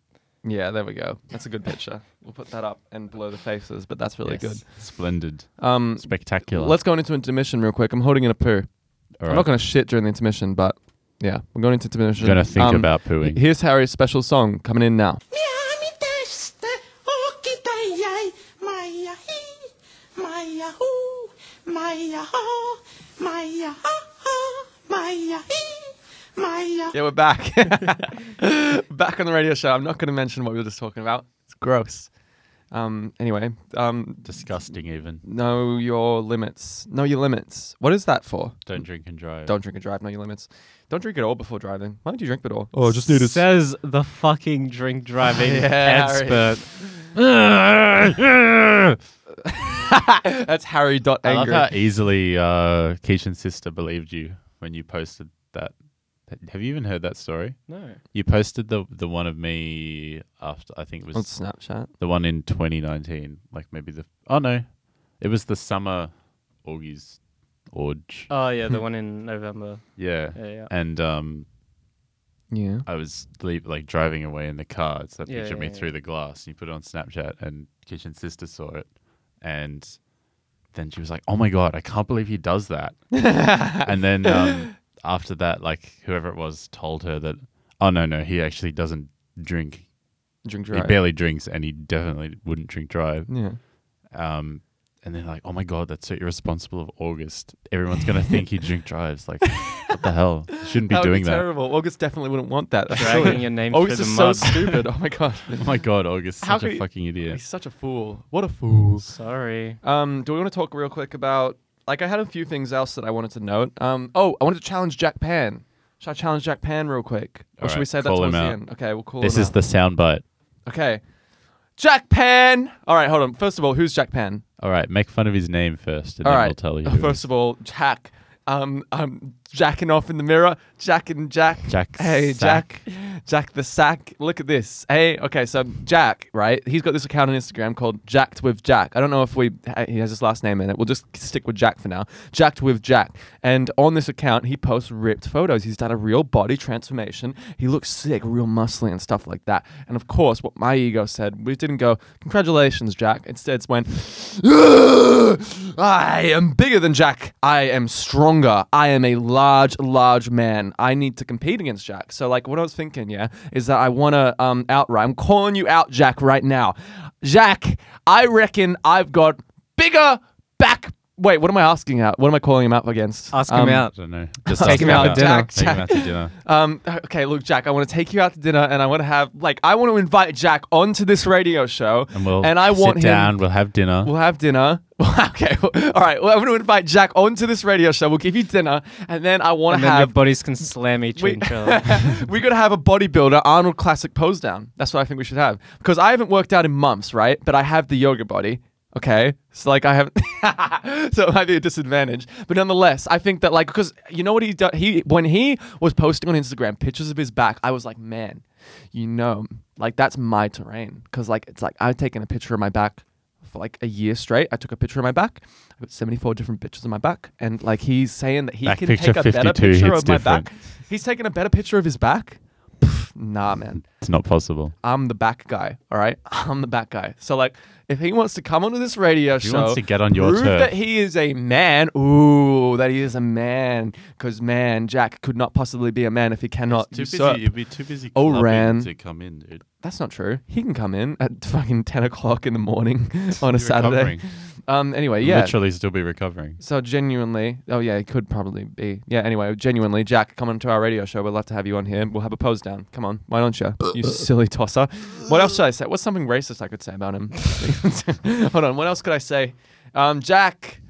C: Yeah, there we go. That's a good picture. We'll put that up and blur the faces, but that's really
B: Yes. Splendid.
C: good. Um,
B: Spectacular.
C: let's go into intermission real quick. I'm holding in a poo.
B: All
C: I'm
B: right.
C: not going to shit during the intermission, but yeah, we're going into intermission.
B: Gonna think
C: Um,
B: about
C: h-
B: pooing.
C: Here's Harry's special song coming in now.
A: Miami testa, oki tai ai, maia hi, maia hu, maia ho, maia ha ha, maia hi, maia
C: Yeah, we're back. back on the radio show. I'm not going to mention what we were just talking about. It's gross. Um, anyway, um,
B: Disgusting, even.
C: know your limits. Know your limits. What is that for?
B: Don't drink and drive.
C: Don't drink and drive. Know your limits. Don't drink at all before driving. Why don't you drink at all?
B: Oh, just need a
D: Says the fucking drink driving
C: Yeah, Harry.
D: expert.
C: That's Harry. Dot
B: I love
C: angry.
B: how easily uh, Keishan's sister believed you when you posted that. Have you even heard that story?
D: No.
B: You posted the the one of me after I think it was
C: on Snapchat.
B: the one in 2019, like maybe the oh no, it was the summer Augie's Orge.
D: Oh yeah, the one in November.
B: yeah.
D: Yeah, yeah.
B: And um,
C: Yeah.
B: I was leave, like driving away in the car. It's that
D: Yeah,
B: picture of me
D: yeah, yeah.
B: through the glass. You put it on Snapchat, and Kitchen Sister saw it, and then she was like, "Oh my god, I can't believe he does that." and then um, after that, like whoever it was told her that, "Oh no, no, he actually doesn't drink.
C: Drink drive.
B: He barely drinks, and he definitely wouldn't drink drive."
C: Yeah.
B: Um, and then like, "Oh my god, that's so irresponsible of August. Everyone's gonna think he drink drives. Like, what the hell? You shouldn't be
C: that
B: doing
C: would be
B: that."
C: terrible. August definitely wouldn't want that. That's
D: Dragging
C: silly.
D: your name through
C: August
D: the
C: is
D: mud.
C: so stupid. Oh my god.
B: Oh my god, August,
C: How
B: such a
C: could-
B: fucking idiot.
C: He's such a fool. What a fool.
D: Sorry.
C: Um, do we want to talk real quick about like I had a few things else that I wanted to note. Um, oh, I wanted to challenge Jack Pan. Should I challenge Jack Pan real quick, or
B: All
C: should
B: right,
C: we save that
B: call
C: towards
B: him
C: the
B: out.
C: end? Okay, we'll call.
B: This
C: him
B: is
C: out.
B: the soundbite.
C: okay. Jack Pan. All right, hold on. First of all, who's Jack Pan?
B: All right, make fun of his name first, and
C: All
B: then
C: right.
B: we'll tell you.
C: Uh,
B: who it
C: First
B: is.
C: of all, Jack. Um, I'm jacking off in the mirror. Jack and Jack.
B: Jack
C: Hey,
B: Sack.
C: Jack. Jack the sack. Look at this. Hey, okay, so Jack, right? He's got this account on Instagram called Jacked with Jack. I don't know if we he has his last name in it. We'll just stick with Jack for now. Jacked with Jack. And on this account, he posts ripped photos. He's done a real body transformation. He looks sick, real muscly and stuff like that. And of course, what my ego said, we didn't go, "Congratulations, Jack." Instead, it's when I am bigger than Jack. I am stronger. I am a large, large man. I need to compete against Jack. So, like, what I was thinking, yeah, is that I want to um, outright. I'm calling you out, Jack, right now. Jack, I reckon I've got bigger back. Wait, what am I asking out? What am I calling him out against?
D: Ask him
C: Um,
B: I
D: out.
B: don't know. Just
C: Take
B: ask
C: him out to dinner.
B: Take him
C: Jack-
B: out to dinner.
C: Um, okay, look, Jack, I want to take you out to dinner and I want to have, like, I want to invite Jack onto this radio show.
B: And we'll
C: and I
B: sit
C: want him-
B: down. We'll have dinner.
C: We'll have dinner. okay. All right. Well, I'm going to invite Jack onto this radio show. We'll give you dinner, and then I want
D: And
C: to
D: then your
C: have.
D: bodies can slam each
C: We-
D: other.
C: we got to have a bodybuilder Arnold Classic pose down. That's what I think we should have because I haven't worked out in months, right? But I have the yoga body. Okay, so like I haven't, so it might be a disadvantage. But nonetheless, I think that like because you know what he do- he when he was posting on Instagram pictures of his back, I was like, man, you know, like that's my terrain because like it's like I've taken a picture of my back for like a year straight. I took a picture of my back. I got 74 different pictures of my back. And like he's saying that he
B: Back
C: can
B: picture
C: take a better
B: 52
C: picture
B: hits
C: of my back.
B: different.
C: He's taking a better picture of his back. Pff, nah, man.
B: It's not possible.
C: I'm the back guy. All right. I'm the back guy. So like if he wants to come onto this radio
B: he
C: show,
B: wants to get on your
C: prove
B: turf.
C: that he is a man. Ooh, that he is a man. Because man, Jack could not possibly be a man if he cannot. usurp-
B: You'd be too busy.
C: Oh, clubbing Ran. to
B: come in, dude.
C: That's not true. He can come in at fucking ten o'clock in the morning on a Saturday. Um. Anyway, yeah.
B: Literally, still be recovering.
C: So genuinely, oh yeah, it could probably be. Yeah. Anyway, genuinely, Jack, come on to our radio show. We'd love to have you on here. We'll have a pose down. Come on, why don't you? You silly tosser. What else should I say? What's something racist I could say about him? Hold on. What else could I say? Um, Jack,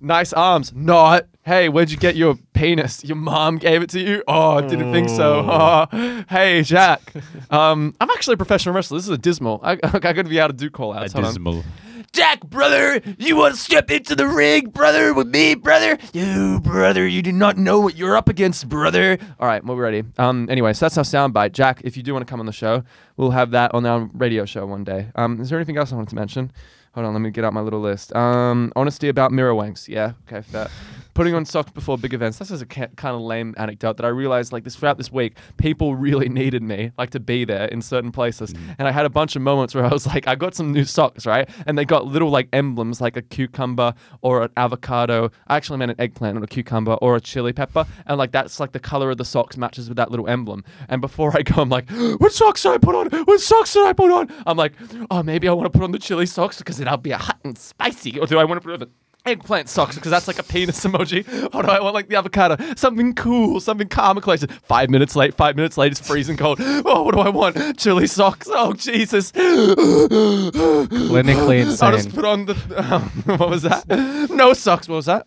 C: nice arms. Not. Hey, where'd you get your penis? Your mom gave it to you? Oh, didn't think so. hey, Jack. Um, I'm actually a professional wrestler. This is a dismal. I, I gotta be able to do call outs.
B: A
C: Hold on.
B: dismal.
C: Jack, brother, you want to step into the ring, brother, with me, brother? You, brother, you do not know what you're up against, brother. All right, well, we're ready. Um, anyway, so that's our soundbite. Jack, if you do want to come on the show, we'll have that on our radio show one day. Um, is there anything else I wanted to mention? Hold on, let me get out my little list. Um, honesty about mirror wanks. Yeah, okay, fair. Putting on socks before big events. This is a ca- kind of lame anecdote that I realized like this throughout this week, people really needed me like to be there in certain places. And I had a bunch of moments where I was like, I got some new socks, right? And they got little like emblems like a cucumber or an avocado. I actually meant an eggplant and a cucumber or a chili pepper. And like that's like the color of the socks matches with that little emblem. And before I go, I'm like, what socks should I put on? What socks should I put on? I'm like, oh, maybe I want to put on the chili socks because then I'll be a hot and spicy. Or do I want to put on the eggplant socks because that's like a penis emoji. Or do I want like the avocado? Something cool, something calm and collected. Five minutes late, five minutes late, it's freezing cold. Oh, what do I want? Chili socks. Oh, Jesus.
D: Clinically
C: I'll just
D: insane.
C: put on the. um, what was that? No socks. What was that?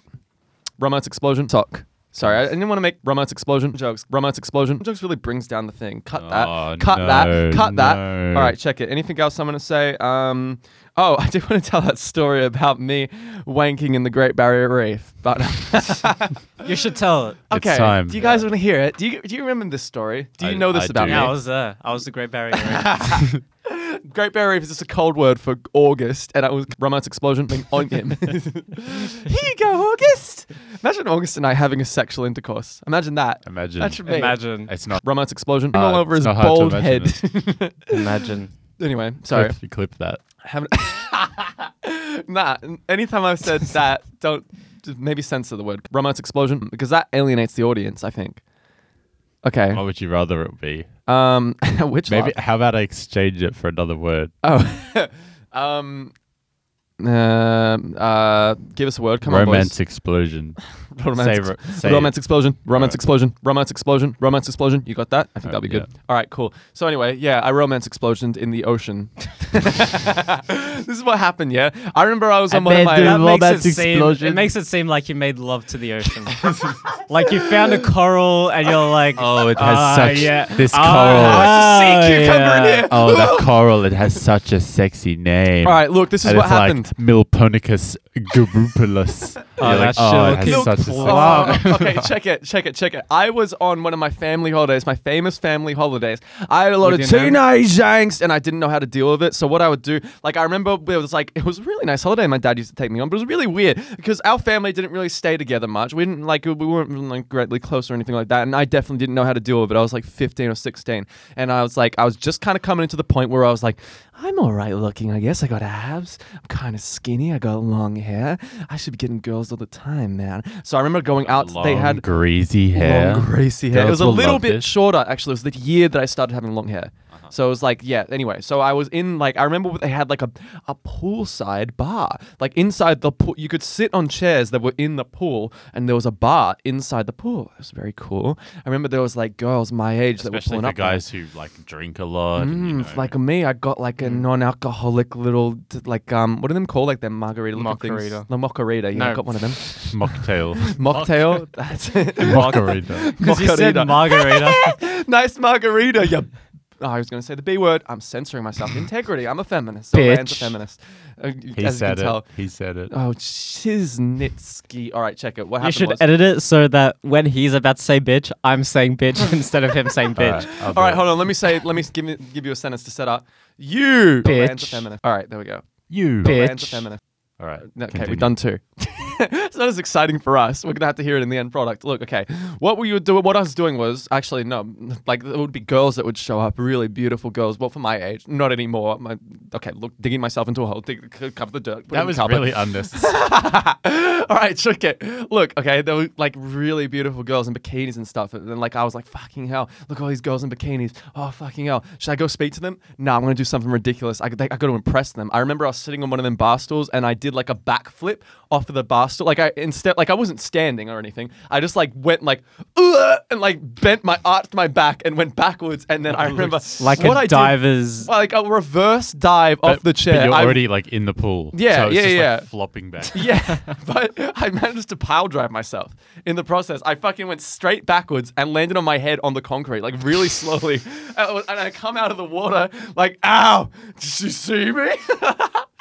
C: Romance explosion sock. Sorry, I didn't want to make romance explosion jokes. Romance explosion jokes really brings down the thing. Cut that.
B: Oh,
C: cut that.
B: no,
C: Cut that.
B: no.
C: All right, check it. Anything else I'm gonna say? Um, oh, I did want to tell that story about me wanking in the Great Barrier Reef, but
D: you should tell it.
B: It's
C: okay.
B: time.
C: Do you guys want to hear it? Do you do you remember this story? Do you
B: I-
C: know this
B: I
C: about
B: do.
C: me?
D: Yeah, I was there. I was the Great Barrier Reef.
C: Great Barrier Reef is just a cold word for August, and it was romance explosion being on him. Here you go, August. Imagine August and I having a sexual intercourse. Imagine that.
B: Imagine.
C: That should be
D: Imagine.
B: It's not
C: romance explosion
B: Uh,
C: all over
B: it's not
C: his
B: hard to
C: bald
B: imagine
C: head.
D: Imagine.
C: anyway, sorry.
B: Clip, you clip that.
C: Haven't. nah. Anytime I've said that, don't just maybe censor the word romance explosion because that alienates the audience. I think. Okay.
B: What would you rather it be?
C: Um, which
B: Maybe.
C: laugh?
B: How about I exchange it for another word?
C: Oh. um. um, uh, give us a word. Come
B: Romance
C: on,
B: explosion.
C: boys. Romance.
B: Save it. Save
C: Romance explosion. Romance
B: Alright.
C: explosion. Romance explosion. Romance explosion. You got that? I think
B: Uh,
C: that'll be good.
B: yeah.
C: All right, cool. So anyway, yeah, I romance explosioned in the ocean. this is what happened. Yeah, I remember I was on
E: And
C: one of
E: then
C: my.
E: the
D: That
E: Well,
D: makes it,
E: that's
D: seem,
E: explosion.
D: it makes it seem like you made love to the ocean. like you found a coral and you're like,
B: Oh, it has
D: Ah,
B: such
D: yeah.
B: this
D: Ah,
B: coral.
C: it's a sea
E: Oh,
C: cucumber in
E: yeah.
C: here.
B: Oh, that coral! It has such a sexy name.
C: All right, look, this is
B: and
C: what
B: it's like
C: happened.
B: Milponicus garrupulus.
D: Oh,
B: You're
D: that
B: oh, it
D: shit
B: has
D: looks
B: such a sexy
D: cool.
C: Oh,
D: Wow.
C: okay, check it, check it, check it. I was on one of my family holidays, my famous family holidays. I had a lot
D: With
C: of
D: your nan?
C: teenage angst, and I didn't know how to deal with it. So what I would do, like I remember, it was like it was a really nice holiday. My dad used to take me on, but it was really weird because our family didn't really stay together much. We didn't like we weren't like greatly close or anything like that. And I definitely didn't know how to deal with it. I was like 15 or 16, and I was like I was just kind of coming into the point where I was like, I'm all right looking, I guess. I got abs. I'm kind of skinny. I got long hair. I should be getting girls all the time, man. So I remember going out.
B: Long,
C: they had
B: greasy hair.
C: long greasy hair.
B: Girls
C: it was a
B: will
C: little
B: love
C: bit
B: this.
C: shorter actually. It was the year that I started having long hair.
B: Uh-huh.
C: So it was like, yeah. Anyway, so I was in like I remember they had like a a poolside bar, like inside the pool. You could sit on chairs that were in the pool, and there was a bar inside the pool. It was very cool. I remember there was like girls my age that were
B: Especially
C: pulling
B: for
C: up. there.
B: guys who like drink a lot. and, you
C: Mm,
B: know, Mm.
C: f- like me, I got like a non-alcoholic little, t- like um, what are them called? Like them margarita looking things.
D: Mocarita.
C: The mocarita. Yeah, I
D: No.
C: got one of them.
B: mocktail.
C: Mocktail. That's it.
B: Margarita.
D: Because you said
C: Margarita.
D: margarita.
C: nice margarita. You. Oh, I was going to say the B word. I'm censoring myself. Integrity. I'm a feminist. So Man's a
E: Bitch.
C: feminist. Uh, y-
B: He
C: as
B: said
C: you can tell.
B: it. He said it.
C: Oh, Shiznitsky. All right, check it. What
D: you
C: happened
D: should
C: was-
D: edit it so that when he's about to say bitch, I'm saying bitch instead of him saying bitch.
B: Alright, I'll do
C: All right,
B: it.
C: hold on. Let me say. Let me s- give me, give you a sentence to set up. You. The Man's a
D: Bitch.
C: feminist. All right, there we go.
B: You.
C: The Man's a
D: Bitch.
C: feminist.
B: All right.
C: No, okay,
B: continue.
C: we've done two. it's not as exciting for us. We're gonna have to hear it in the end product. Look, okay, what we were doing, what I was doing was actually no, like there would be girls that would show up, really beautiful girls. Well, for my age, not anymore. My, okay, look, digging myself into a hole, dig, c- cover the dirt. Put it in
B: That
C: the
B: was
C: cupboard.
B: really unnecessary.
C: All right, check it. Look, okay, there were like really beautiful girls in bikinis and stuff. And then, like, I was like, fucking hell, look at all these girls in bikinis. Oh, fucking hell. Should I go speak to them? No, I'm going to do something ridiculous. I, they, I got to impress them. I remember I was sitting on one of them bar stools and I did like a backflip off of the bar stool. Like, I instead, like, I wasn't standing or anything. I just like went like, "Ugh," and like bent my, arched my back and went backwards. And then I remember
D: Like
C: what
D: a
C: I did-
D: diver's.
C: like a reverse dive off the chair.
B: But you're
C: I-
B: already like in the pool.
C: Yeah,
B: so it's
C: yeah,
B: just,
C: yeah.
B: Like, flopping back.
C: Yeah, but I managed to pile drive myself in the process. I fucking went straight backwards and landed on my head on the concrete, like really slowly. and I was- and I come out of the water, like, ow, did you see me?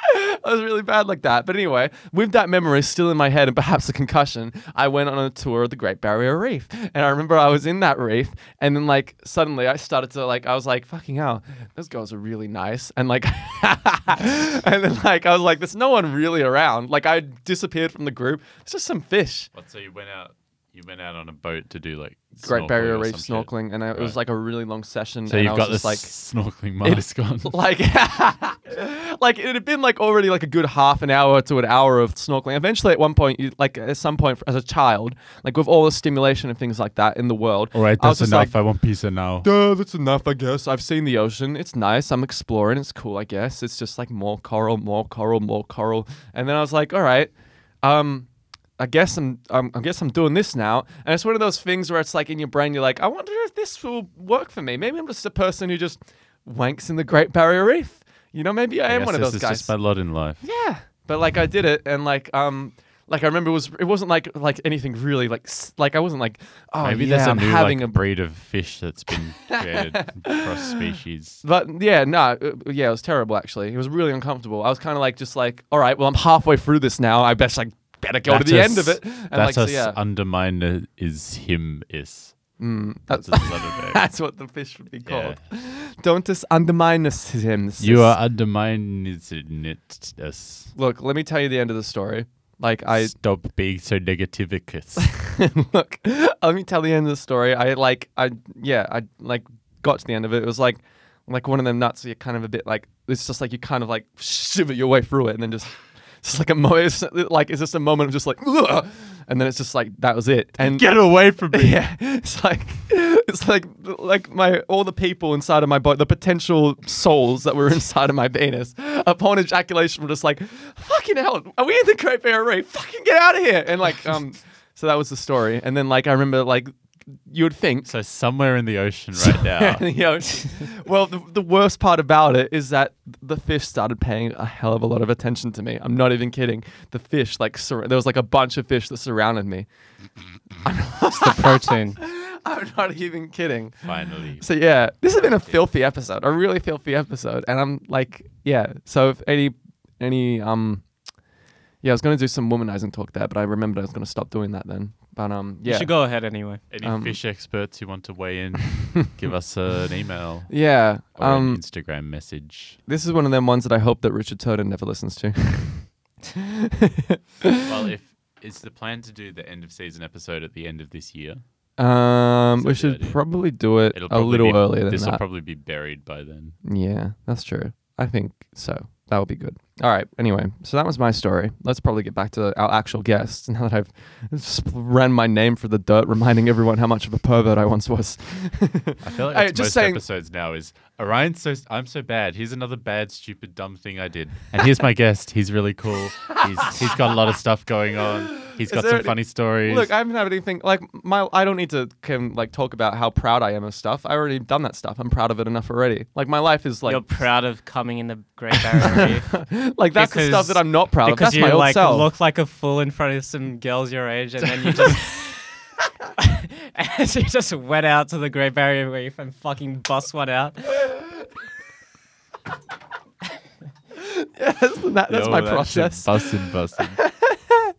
C: I was really bad like that. But anyway, with that memory still in my head and perhaps a concussion, I went on a tour of the Great Barrier Reef. And I remember I was in that reef and then like suddenly I started to like I was like, fucking hell, those girls are really nice. And like and then like I was like, there's no one really around. Like I disappeared from the group. It's just some fish.
B: What, so you went out. You went out on a boat to do like
C: Great
B: snorkeling
C: Barrier
B: or
C: Reef
B: some shit.
C: snorkeling, and I, it was
B: Right.
C: like a really long session.
B: So
C: and I
B: you've
C: was
B: got
C: just
B: this
C: like
B: snorkeling mask on.
C: like like it had been like already like a good half an hour to an hour of snorkeling eventually at one point you like at some point as a child like with all the stimulation and things like that in the world
B: All right,
C: I was
B: that's
C: just
B: enough.
C: like,
B: I want pizza now.
C: Duh, that's enough, I guess. I've seen the ocean. It's nice. I'm exploring. It's cool, I guess. It's just like more coral, more coral, more coral. And then I was like, all right, um, I guess I'm, um, I guess I'm doing this now. And it's one of those things where it's like in your brain, you're like, I wonder if this will work for me. Maybe I'm just a person who just wanks in the Great Barrier Reef. You know, maybe I, am
B: guess
C: one of
B: this
C: those
B: is
C: guys.
B: just my lot in life.
C: Yeah, but like I did it, and like um, like I remember it was it wasn't like like anything really like s- like I wasn't like oh
B: Maybe
C: yeah
B: there's a
C: I'm
B: new
C: having
B: like,
C: a
B: breed of fish that's been created across species.
C: But yeah, no, uh, yeah, it was terrible actually. It was really uncomfortable. I was kind of like, just like, all right, well, I'm halfway through this now. I best like better go to the end of it. And
B: that's
C: like,
B: us
C: so yeah,
B: undermine is him is.
C: Mm,
B: That's
C: that's,
B: a Southern name.
C: that's what the fish should be called. Don't dis- undermine us. him.
B: You are undermining us.
C: Look, let me tell you the end of the story. Like I
B: Stop being so negativicus.
C: look, let me tell the end of the story. I like, I yeah, I like got to the end of it. It was like, like one of them nuts. where You're kind of a bit like it's just like you kind of like shiver your way through it, and then just it's like a mo. It's like it's just a moment of just like, "Ugh," and then it's just like that was it. And
B: Get away from me.
C: yeah, it's like it's like like my all the people inside of my body, the potential souls that were inside of my penis. Upon ejaculation, were just like, "Fucking hell, are we in the Great Barrier Reef? Fucking get out of here!" And like, um, so that was the story. And then like I remember like you would think.
B: So somewhere in the ocean right now.
C: you know, well, the, the worst part about it is that the fish started paying a hell of a lot of attention to me. I'm not even kidding. The fish, like, sur- there was like a bunch of fish that surrounded me.
D: It's the protein.
C: I'm not even kidding.
B: Finally.
C: So yeah, this has been a filthy episode, a really filthy episode, and I'm like, yeah. So if any, any, um, yeah, I was gonna do some womanizing talk there, but I remembered I was gonna stop doing that then. But um, yeah,
D: You should go ahead anyway.
B: Any
C: Um,
B: fish experts who want to weigh in, give us an email
C: yeah.
B: or an
C: Um,
B: Instagram message.
C: this is one of them ones that I hope that Richard Toden never listens to.
B: Well, if it's the plan to do the end of season episode at the end of this year, That's a
C: Um, we
B: good
C: should
B: idea.
C: probably do it
B: it'll
C: a
B: probably
C: little
B: be,
C: earlier than
B: This will
C: that.
B: probably be buried by then.
C: yeah, that's true. I think so. That would be good. All right. Anyway, so that was my story. Let's probably get back to our actual guest now that I've sp- ran my name for the dirt, reminding everyone how much of a pervert I once was.
B: I feel like
C: Hey,
B: that's
C: just
B: most
C: saying-
B: episodes now is Orion's so I'm so bad. Here's another bad, stupid, dumb thing I did. And here's my guest. He's really cool. He's he's got a lot of stuff going on. He's
C: Is
B: got
C: there
B: some
C: any-
B: funny stories.
C: Look, I haven't had anything like my. I don't need to can like talk about how proud I am of stuff. I already done that stuff. I'm proud of it enough already. Like my life is like
D: You're proud of coming in the Great Barrier Reef.
C: like that's the stuff
D: because-
C: that I'm not proud of.
D: because
C: That's
D: you
C: my old
D: like
C: self.
D: look like a fool in front of some girls your age, and then you just and you just went out to the Great Barrier Reef and fucking bust one out.
C: that's that- that's
B: Yo,
C: my
B: that shit
C: process.
B: Bussin', bussin'.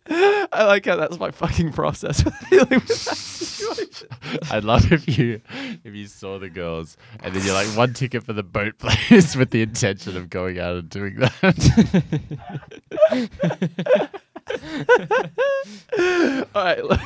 C: I like how that's my fucking process for dealing with that situation.
B: I'd love if you if you saw the girls and then you're like one ticket for the boat place with the intention of going out and doing that.
C: All right, look.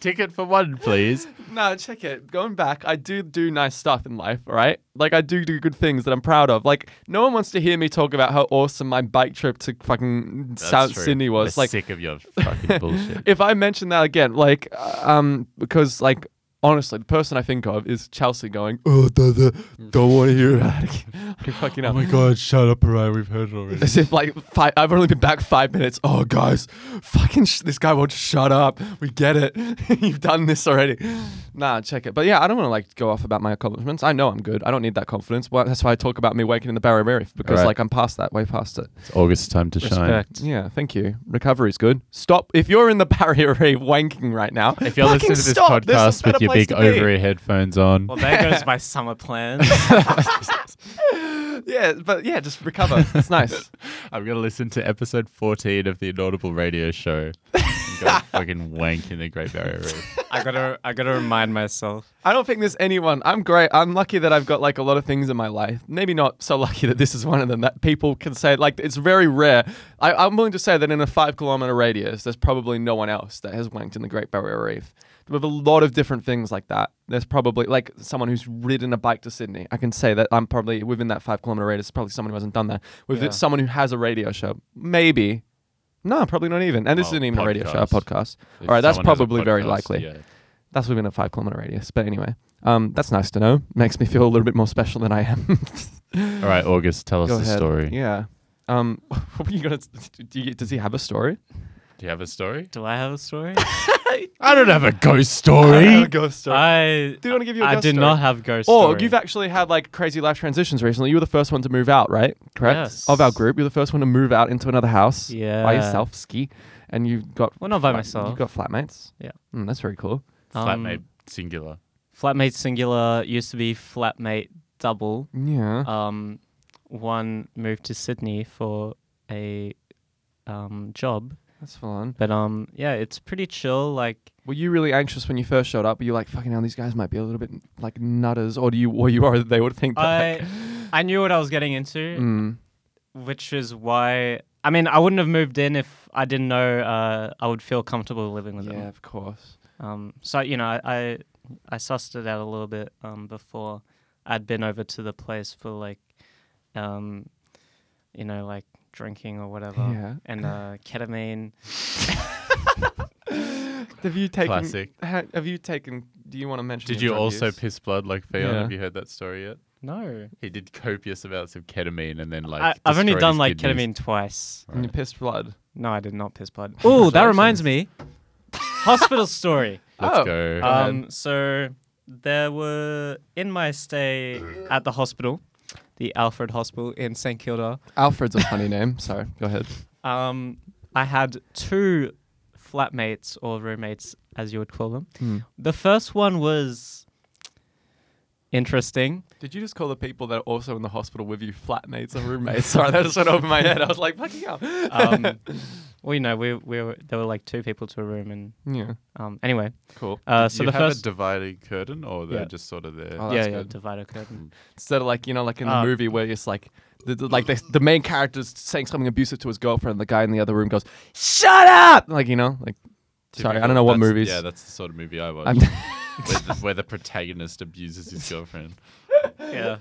B: ticket for one, please.
C: No, check it. Going back, I do do nice stuff in life, all right? Like, I do do good things that I'm proud of. Like, no one wants to hear me talk about how awesome my bike trip to fucking South
B: true.
C: Sydney was.
B: We're
C: like,
B: sick of your fucking bullshit.
C: if I mention that again, like, uh, um, because, like, honestly, the person I think of is Chelsea going, oh, duh, duh, don't want to hear about it again. Like, fucking up.
B: Oh god, shut up, Orion. We've heard it already.
C: As if like five, I've only been back five minutes. Oh, guys, fucking sh- this guy won't shut up. We get it. You've done this already. Nah, check it. But yeah, I don't want to like go off about my accomplishments. I know I'm good. I don't need that confidence. Well, that's why I talk about me waking in the barrier reef because
B: Alright.
C: like I'm past that, way past it.
B: It's August time to shine.
D: Respect.
C: Yeah, thank you. Recovery's good. Stop if you're in the barrier reef wanking right now.
B: If you're
C: fucking
B: listening to this
C: stop. There's
B: podcast
C: a better
B: with your
C: place
B: big
C: to be.
B: over ear headphones on,
D: Well, there goes my summer plans.
C: Yeah, but yeah, just recover. it's nice.
B: I'm gonna listen to episode 14 of the Inaudible Radio Show. and go fucking wank in the Great Barrier Reef.
D: I gotta I gotta remind myself.
C: I don't think there's anyone. I'm great. I'm lucky that I've got like a lot of things in my life. Maybe not so lucky that this is one of them that people can say. Like it's very rare. I, I'm willing to say that in a five kilometer radius, there's probably no one else that has wanked in the Great Barrier Reef. With a lot of different things like that, there's probably like someone who's ridden a bike to Sydney. I can say that I'm probably within that five kilometer radius. Probably someone who hasn't done that. With
D: Yeah.
C: someone who has a radio show, maybe. No, probably not even. And this
B: Oh,
C: isn't even a radio show, a
B: podcast.
C: podcast.
B: If
C: All right, that's
B: someone has a
C: probably very
B: podcast,
C: likely
B: yeah.
C: that's within a five kilometer radius. But anyway, um, that's nice to know. Makes me feel a little bit more special than I am.
B: All right, August, tell us
C: Go
B: the
C: ahead.
B: story.
C: Yeah. Um, what were you gonna? Do you, does he have a story?
B: Do you have a story?
D: Do I have a story?
B: I don't have a ghost
C: I have
B: story.
C: a ghost story.
D: I
C: do you want to give you a
D: I
C: ghost
D: did
C: story?
D: not have ghost
C: Or
D: story.
C: Oh, you've actually had like crazy life transitions recently. You were the first one to move out, right? Correct.
D: Yes.
C: Of our group, you're the first one to move out into another house. By
D: Yeah.
C: yourself, ski, and you got
D: Well, not by
C: flat-
D: myself.
C: You got flatmates.
D: Yeah.
C: Mm, that's very cool.
D: Um,
B: Flatmate singular.
D: Flatmate singular used to be flatmate double.
C: Yeah.
D: um, one moved to Sydney for a um, job,
C: That's full on.
D: But um, yeah, it's pretty chill. Like
C: Were you really anxious when you first showed up? Were you like, fucking hell, these guys might be a little bit like nutters, or do you, or you are they would think that?
D: I, I knew what I was getting into,
C: Mm.
D: which is why I mean I wouldn't have moved in if I didn't know uh, I would feel comfortable living with
C: Yeah,
D: them.
C: of course.
D: Um, so you know I, I I sussed it out a little bit um before I'd been over to the place for like um, you know like drinking or whatever
C: Yeah.
D: and uh, ketamine.
C: Have you taken?
B: Classic.
C: ha- have you taken? Do you want to mention?
B: Did
C: your
B: you
C: drug
B: also
C: use?
B: piss blood like Fiona?
C: Yeah.
B: Have you heard that story yet?
D: No,
B: He did copious amounts of ketamine and then like.
D: I, I've only
B: destroyed
D: done
B: his
D: like
B: kidneys.
D: ketamine twice.
C: And you pissed blood.
D: No, I did not piss blood. Oh, that reminds me. Hospital story.
B: Let's
C: Oh.
B: go.
C: ahead.
D: Um, so there were in my stay at the hospital, the Alfred Hospital in St Kilda.
C: Alfred's a funny name. Sorry, go ahead.
D: Um, I had two flatmates or roommates, as you would call them.
C: Hmm.
D: The first one was interesting.
C: Did you just call the people that are also in the hospital with you flatmates or roommates? Sorry, that just went over my head. I was like, fucking hell.
D: Um, well, you know, we we were, there were like two people to a room, and
C: yeah,
D: um, anyway,
C: cool.
D: uh,
B: Did
D: so
B: you
D: the
B: have
D: first
B: a dividing curtain, or they're
D: Yeah.
B: just sort of there.
C: Oh,
D: yeah
C: that's
D: yeah
C: good.
D: divider curtain.
C: Instead of like you know, like in the
D: Uh,
C: movie where it's like, the, the, like the, the main character's saying something abusive to his girlfriend, the guy in the other room goes, "Shut up!" Like you know, like sorry, I don't know what
B: That's-
C: movies.
B: Yeah, that's the sort of movie I watch.
C: I'm-
B: where, the, where the protagonist abuses his girlfriend.
C: Hmm.
D: Yeah,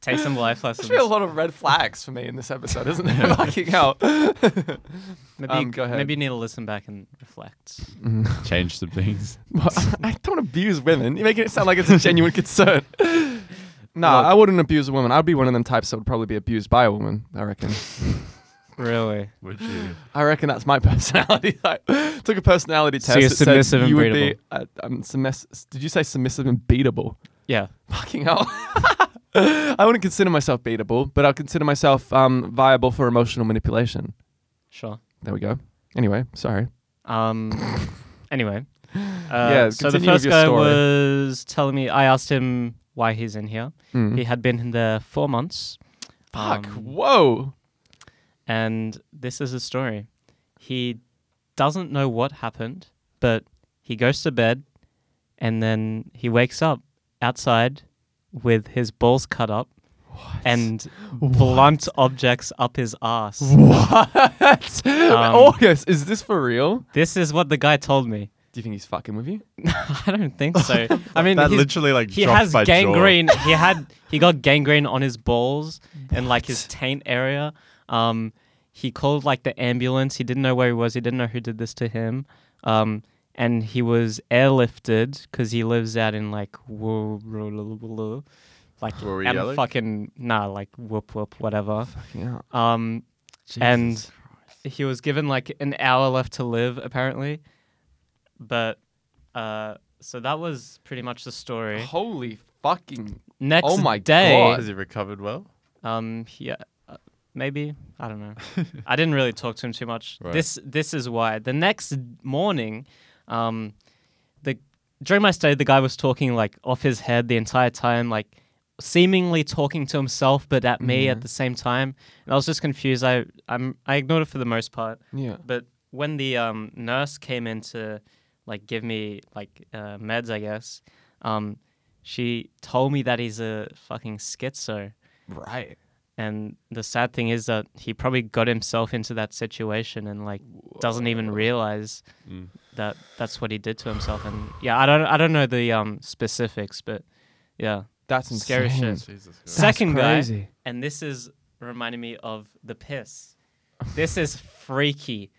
D: take some life lessons.
C: There's been a lot of red flags for me in this episode, isn't there? Fucking hell.
D: Maybe,
C: Um,
D: you,
C: go ahead.
D: maybe you need to listen back and reflect.
B: Change some things.
C: Well, I don't abuse women. You're making it sound like it's a genuine concern. No, I wouldn't abuse a woman. I'd be one of them types that would probably be abused by a woman. I reckon.
D: really?
B: Would you?
C: I reckon that's my personality. I took a personality test.
D: So you're
C: it said
D: submissive and
C: you would
D: beatable.
C: Be, uh, um, submiss- did you say submissive and beatable?
D: Yeah.
C: Fucking hell. I wouldn't consider myself beatable, but I'll consider myself um, viable for emotional manipulation.
D: Sure.
C: There we go. Anyway, sorry.
D: Um. anyway. Uh,
C: Yeah,
D: So the
C: continue with
D: first
C: your
D: guy
C: story.
D: was telling me. I asked him why he's in here.
C: Mm.
D: He had been in there four months.
C: Fuck.
D: Um,
C: Whoa.
D: and this is a story. He doesn't know what happened, but he goes to bed, and then he wakes up outside with his balls cut up. And blunt objects up his ass.
C: What?
D: Um,
C: August, is this for real?
D: This is what the guy told me.
C: Do you think he's fucking with you?
D: I don't think so. I mean,
B: that
D: he's-
B: literally like
D: he
B: dropped
D: has
B: my jaw.
D: gangrene. he had he got gangrene on his balls and like his taint area. Um, he called like the ambulance. He didn't know where he was. He didn't know who did this to him. Um, and he was airlifted because he lives out in like woo, woo, woo, woo, woo, like
B: Rory
D: and
B: Alec?
D: fucking nah, like whoop whoop whatever.
C: Yeah.
D: Um, and he was given like an hour left to live apparently, but uh, so that was pretty much the
B: Oh,
D: story.
C: Holy fucking.
D: Next
C: Oh my
D: day,
B: Has he recovered well?
D: um, yeah, uh, maybe I don't know. I didn't really talk to him too much.
B: Right.
D: This this is why. The next morning, um, the during my stay, the guy was talking like off his head the entire time, like seemingly talking to himself, but at me
C: Mm-hmm.
D: at the same time. And I was just confused. I I'm, I ignored it for the most part.
C: Yeah.
D: But when the um, nurse came in to like give me like uh, meds, I guess, um, she told me that he's a fucking schizo.
C: Right.
D: And the sad thing is that he probably got himself into that situation and like doesn't even realize that that's what he did to himself. And yeah, I don't I don't know the um, specifics, but yeah.
C: That's
D: Scary
C: insane.
D: shit.
B: Jesus. Christ.
D: Second
C: crazy.
D: guy, and this is reminding me of the piss. This is freaky.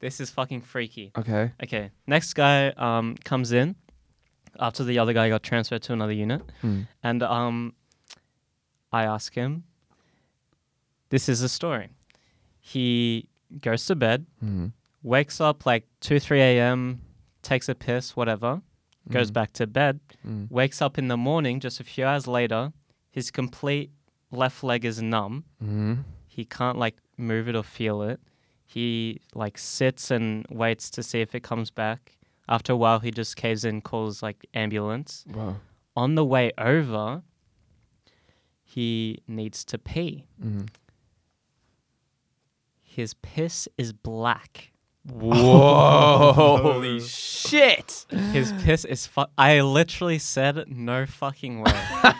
D: This is fucking freaky.
C: Okay.
D: Okay, next guy um, comes in after the other guy got transferred to another unit,
C: Hmm.
D: and um, I ask him. This is the story. He goes to bed,
C: Mm.
D: wakes up like two, three a.m., takes a piss, whatever, goes back to bed,
C: Mm.
D: wakes up in the morning just a few hours later. His complete left leg is numb.
C: Mm.
D: He can't like move it or feel it. He like sits and waits to see if it comes back. After a while, he just caves in, calls like ambulance.
C: Whoa.
D: On the way over, he needs to pee.
C: Mm.
D: His piss is black.
C: Whoa! Holy shit!
D: His piss is fu- I literally said no fucking way.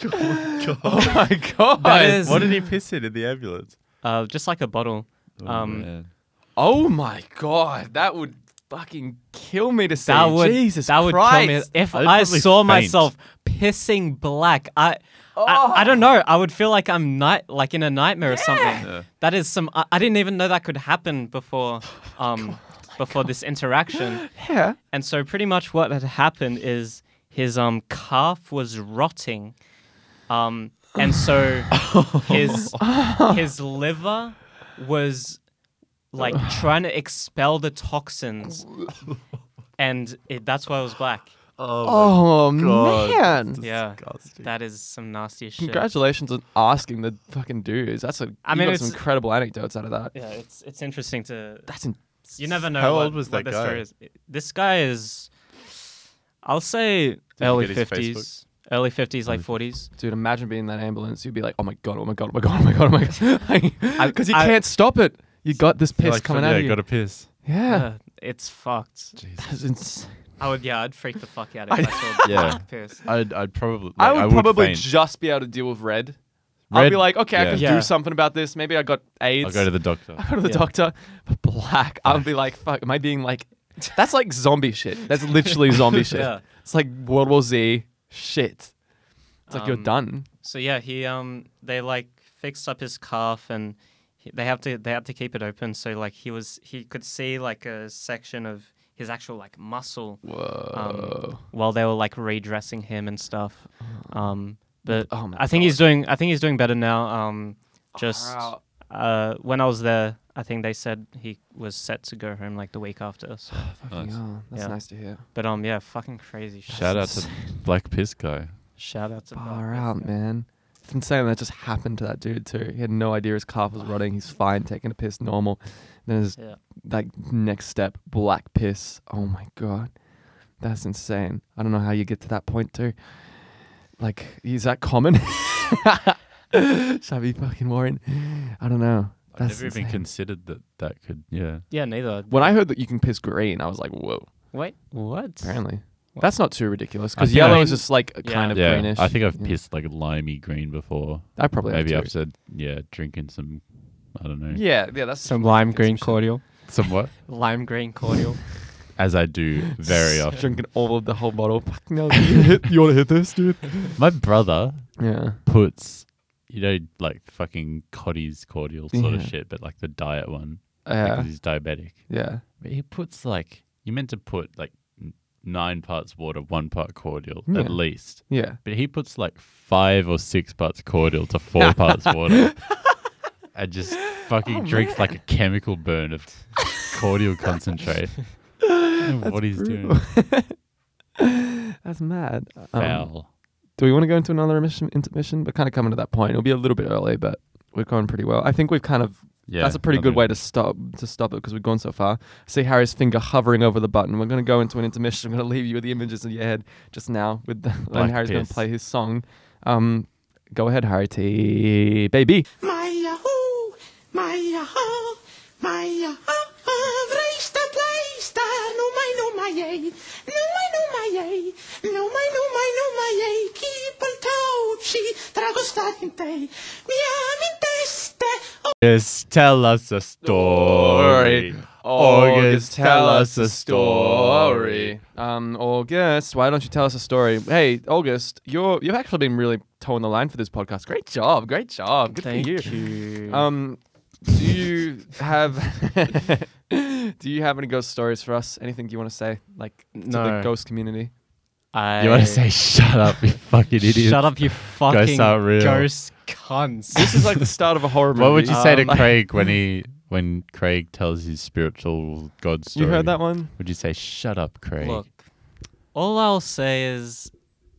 C: Oh my god!
D: That is-
B: What did he piss in in the ambulance?
D: uh, just like a bottle. Um,
B: man.
C: Oh my god! That would fucking kill me to see.
D: that would
C: Jesus
D: that would
C: Christ.
D: kill me if
B: I'd
D: I
B: probably
D: saw
B: faint.
D: myself pissing black. I, I I don't
C: Oh.
D: know. I would feel like I'm night like in a nightmare or something.
B: Yeah.
D: That is some. I, I didn't even know that could happen before. Um, before this interaction.
C: Yeah.
D: And so pretty much what had happened is his um calf was rotting, um, and so his his liver was like trying to expel the toxins, and it, that's why it was black.
C: Oh
B: God.
C: man!
D: Yeah,
B: Disgusting.
D: that is some nasty shit.
C: Congratulations on asking the fucking dudes. That's a.
D: I
C: you
D: mean,
C: got
D: it's-
C: some incredible anecdotes out of that.
D: Yeah, it's it's interesting to
C: That's in-
D: you never know
B: How
D: what,
B: old was
D: what
B: that
D: the
B: guy?
D: story is. This guy is, I'll say early
B: get his Facebook?
D: fifties, early fifties, like forties.
C: dude. Imagine being in that ambulance. You'd be like, oh my god, oh my god, oh my god, oh my god, oh my god, because you
D: I-
C: can't stop it. You got this piss
B: Like,
C: coming
B: yeah,
C: out of you.
B: Got to piss.
C: yeah,
D: it's fucked.
C: that's ins-
D: I would, yeah, I'd freak the fuck out if I, saw a
B: Yeah.
D: black piss.
B: I'd, I'd probably.
C: I would probably
B: faint.
C: just be able to deal with red. I'd
B: Red-
C: be like, okay, I
B: yeah.
C: can
D: Yeah.
C: do something about this. Maybe I got AIDS.
B: I'll go to the doctor.
C: I go to the
D: Yeah.
C: doctor. But black, I'll be like, fuck, am I being like, that's like zombie shit. That's literally zombie shit.
D: Yeah.
C: It's like World War Z shit. It's like you're
D: Um,
C: done.
D: So yeah, he um, they like fixed up his calf, and he, they have to they had to keep it open. So like he was he could see like a section of his actual like muscle
C: Whoa.
D: um, while they were like redressing him and stuff.
B: Uh-huh.
D: Um, but
C: Oh my
D: I think he's doing I think he's doing better now. Um, just
C: Wow.
D: uh, when I was there, I think they said he was set to go home like the week after. So.
B: Nice.
C: Yeah, that's
D: Yeah.
C: nice to hear.
D: But um, yeah, fucking crazy. shit.
B: Shout out to Black Piss Guy.
D: shout out to
C: Far
D: Barclays.
C: out, man. It's insane that just happened to that dude too. He had no idea his calf was rotting. He's fine, taking a piss normal. Then his
D: Yeah.
C: like next step, black piss. Oh my god, that's insane. I don't know how you get to that point too. Like, is that common? Should I be fucking worrying? I don't know.
B: I've
C: That's
B: never even
C: insane.
B: considered that that could. Yeah.
D: Yeah, neither.
C: when I heard that you can piss green, I was like, whoa.
D: Wait, what?
C: Apparently, that's not too ridiculous
B: I
C: because
B: think
C: yellow
B: I-
C: is just like a
D: Yeah.
C: kind of
B: Yeah.
C: greenish.
B: I think I've
C: Yeah.
B: pissed like limey green before.
C: I probably have
B: Maybe
C: too.
B: I've said yeah, drinking some. I don't know.
C: Yeah, yeah, that's
D: Some lime
C: Get
D: green
C: shit.
D: cordial.
B: Somewhat.
D: Lime green cordial.
B: As I do very often.
C: Drinking all of the whole bottle. Fuck no, dude. you, hit- you want to hit this, dude?
B: My brother
C: Yeah.
B: puts, you know, like fucking Coddy's cordial sort of
C: Yeah.
B: shit, but like the diet one
C: Yeah.
B: because he's diabetic.
C: Yeah.
B: But he puts like you meant to put like n- nine parts water, one part cordial
C: Yeah.
B: at least.
C: Yeah.
B: But he puts like five or six parts cordial to four parts water, and just fucking drinks like a chemical burn of cordial concentrate. I don't know what he's doing?
C: That's mad. Um,
B: Foul.
C: do we want to go into another intermission, intermission? But kind of coming to that point. It'll be a little bit early, but we're going pretty well. I think we've kind of.
B: yeah,
C: that's a pretty
B: another-
C: good way to stop to stop it because we've gone so far. See Harry's finger hovering over the button. We're going to go into an intermission. I'm going to leave you with the images in your head just now. With the,
B: Black
C: and Harry's going to
B: piss.
C: play his song. Um, go ahead, Harry T. Baby.
F: My Yahoo, my Yahoo, my Yahoo, race the place, no my no my yay, no my no my yay, no my no my no my yay, keep on touchy, trago staginte, miami teste,
B: Yes, tell us a story. August, tell us a story.
C: Um, August, why don't you tell us a story? Hey, August, you're you've actually been really toeing the line for this podcast. Great job, great job. Good
D: Thank
C: for you.
D: you.
C: Um, do you have do you have any ghost stories for us? Anything you want to say, like to the
D: No.
C: ghost community?
D: I
B: You want to say shut up, you fucking idiot?
D: Shut up, you fucking
B: aren't real.
D: ghost cunts.
C: This is like the start of a horror movie.
B: What would you say to
D: Um,
B: Craig when he when Craig tells his spiritual god story?
C: You heard that one?
B: Would you say shut up, Craig?
D: Look, all I'll say is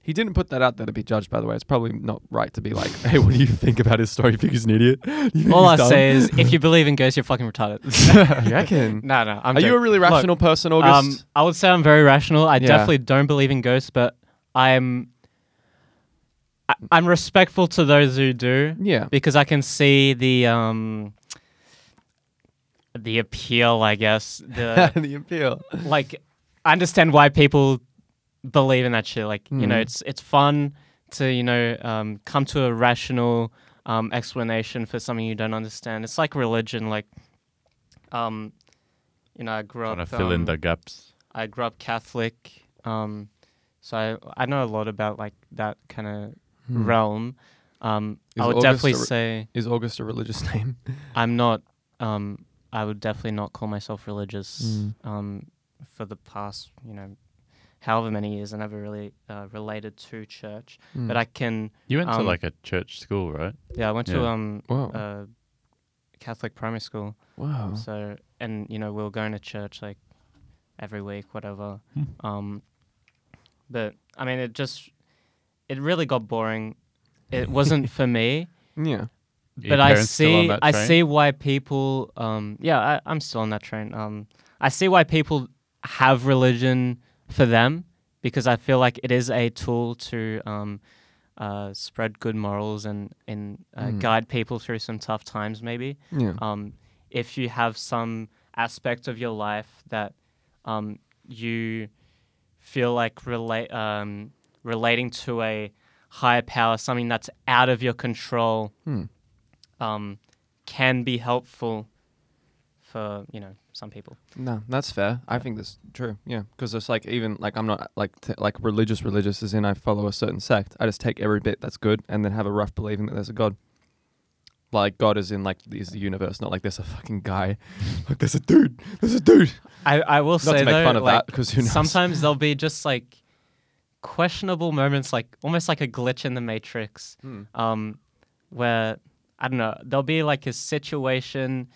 C: He didn't put that out there to be judged, by the way. It's probably not right to be like, hey, what do you think about his story? You think he's an idiot? You think
D: all I
C: he's dumb?
D: say is if you believe in ghosts, you're fucking retarded.
C: You reckon?
D: no, no, I'm
C: Are you a
D: joking.
C: really
D: Look,
C: rational person,
D: Um,
C: August?
D: I would say I'm very rational. I
C: Yeah.
D: definitely don't believe in ghosts, but I'm I, I'm respectful to those who do
C: yeah.
D: because I can see the um the appeal, I guess. The
C: the appeal.
D: like I understand why people believe in that shit. Like you
C: Hmm.
D: know, it's it's fun to you know um, come to a rational um, explanation for something you don't understand. It's like religion. Like, um, you know, I grew
B: Trying to
D: up.
B: fill in
D: um,
B: the gaps.
D: I grew up Catholic, um, so I I know a lot about like that kind of realm. Um,
C: Hmm. Is
D: I would
C: August
D: definitely
C: a re-
D: say
C: Is August a religious name?
D: I'm not. Um, I would definitely not call myself religious. Um, for the past, you know, however many years, I never really uh, related to church.
C: Mm.
D: But I can.
B: You went to
D: um,
B: like a church school, right?
D: Yeah, I went to
B: Yeah.
D: um
C: Wow.
D: uh, Catholic primary school.
C: Wow.
D: So and you know we were going to church like every week, whatever. Um, but I mean, it just it really got boring. It wasn't for me
C: Yeah.
B: Are your
D: but I
B: parents still on
D: see
B: that
D: I
B: train?
D: see why people um yeah I, I'm still on that train um I see why people have religion for them because I feel like it is a tool to um uh, spread good morals and and uh,
B: Mm.
D: guide people through some tough times maybe
C: Yeah.
D: um if you have some aspect of your life that um you feel like relate um relating to a higher power something that's out of your control
C: Hmm.
D: um, can be helpful for you know some people.
C: No, that's fair. I think that's true. Yeah, because it's like even like I'm not like t- like religious. Religious as in I follow a certain sect. I just take every bit that's good and then have a rough believing that there's a god. Like God is in like is the universe, not like there's a fucking guy. Like there's a dude. There's a dude.
D: I, I will
C: to
D: say
C: make
D: though,
C: fun of
D: like,
C: that, 'cause who knows?
D: sometimes there'll be just like questionable moments, like almost like a glitch in the matrix,
C: Hmm.
D: um, where I don't know. There'll be like a situation,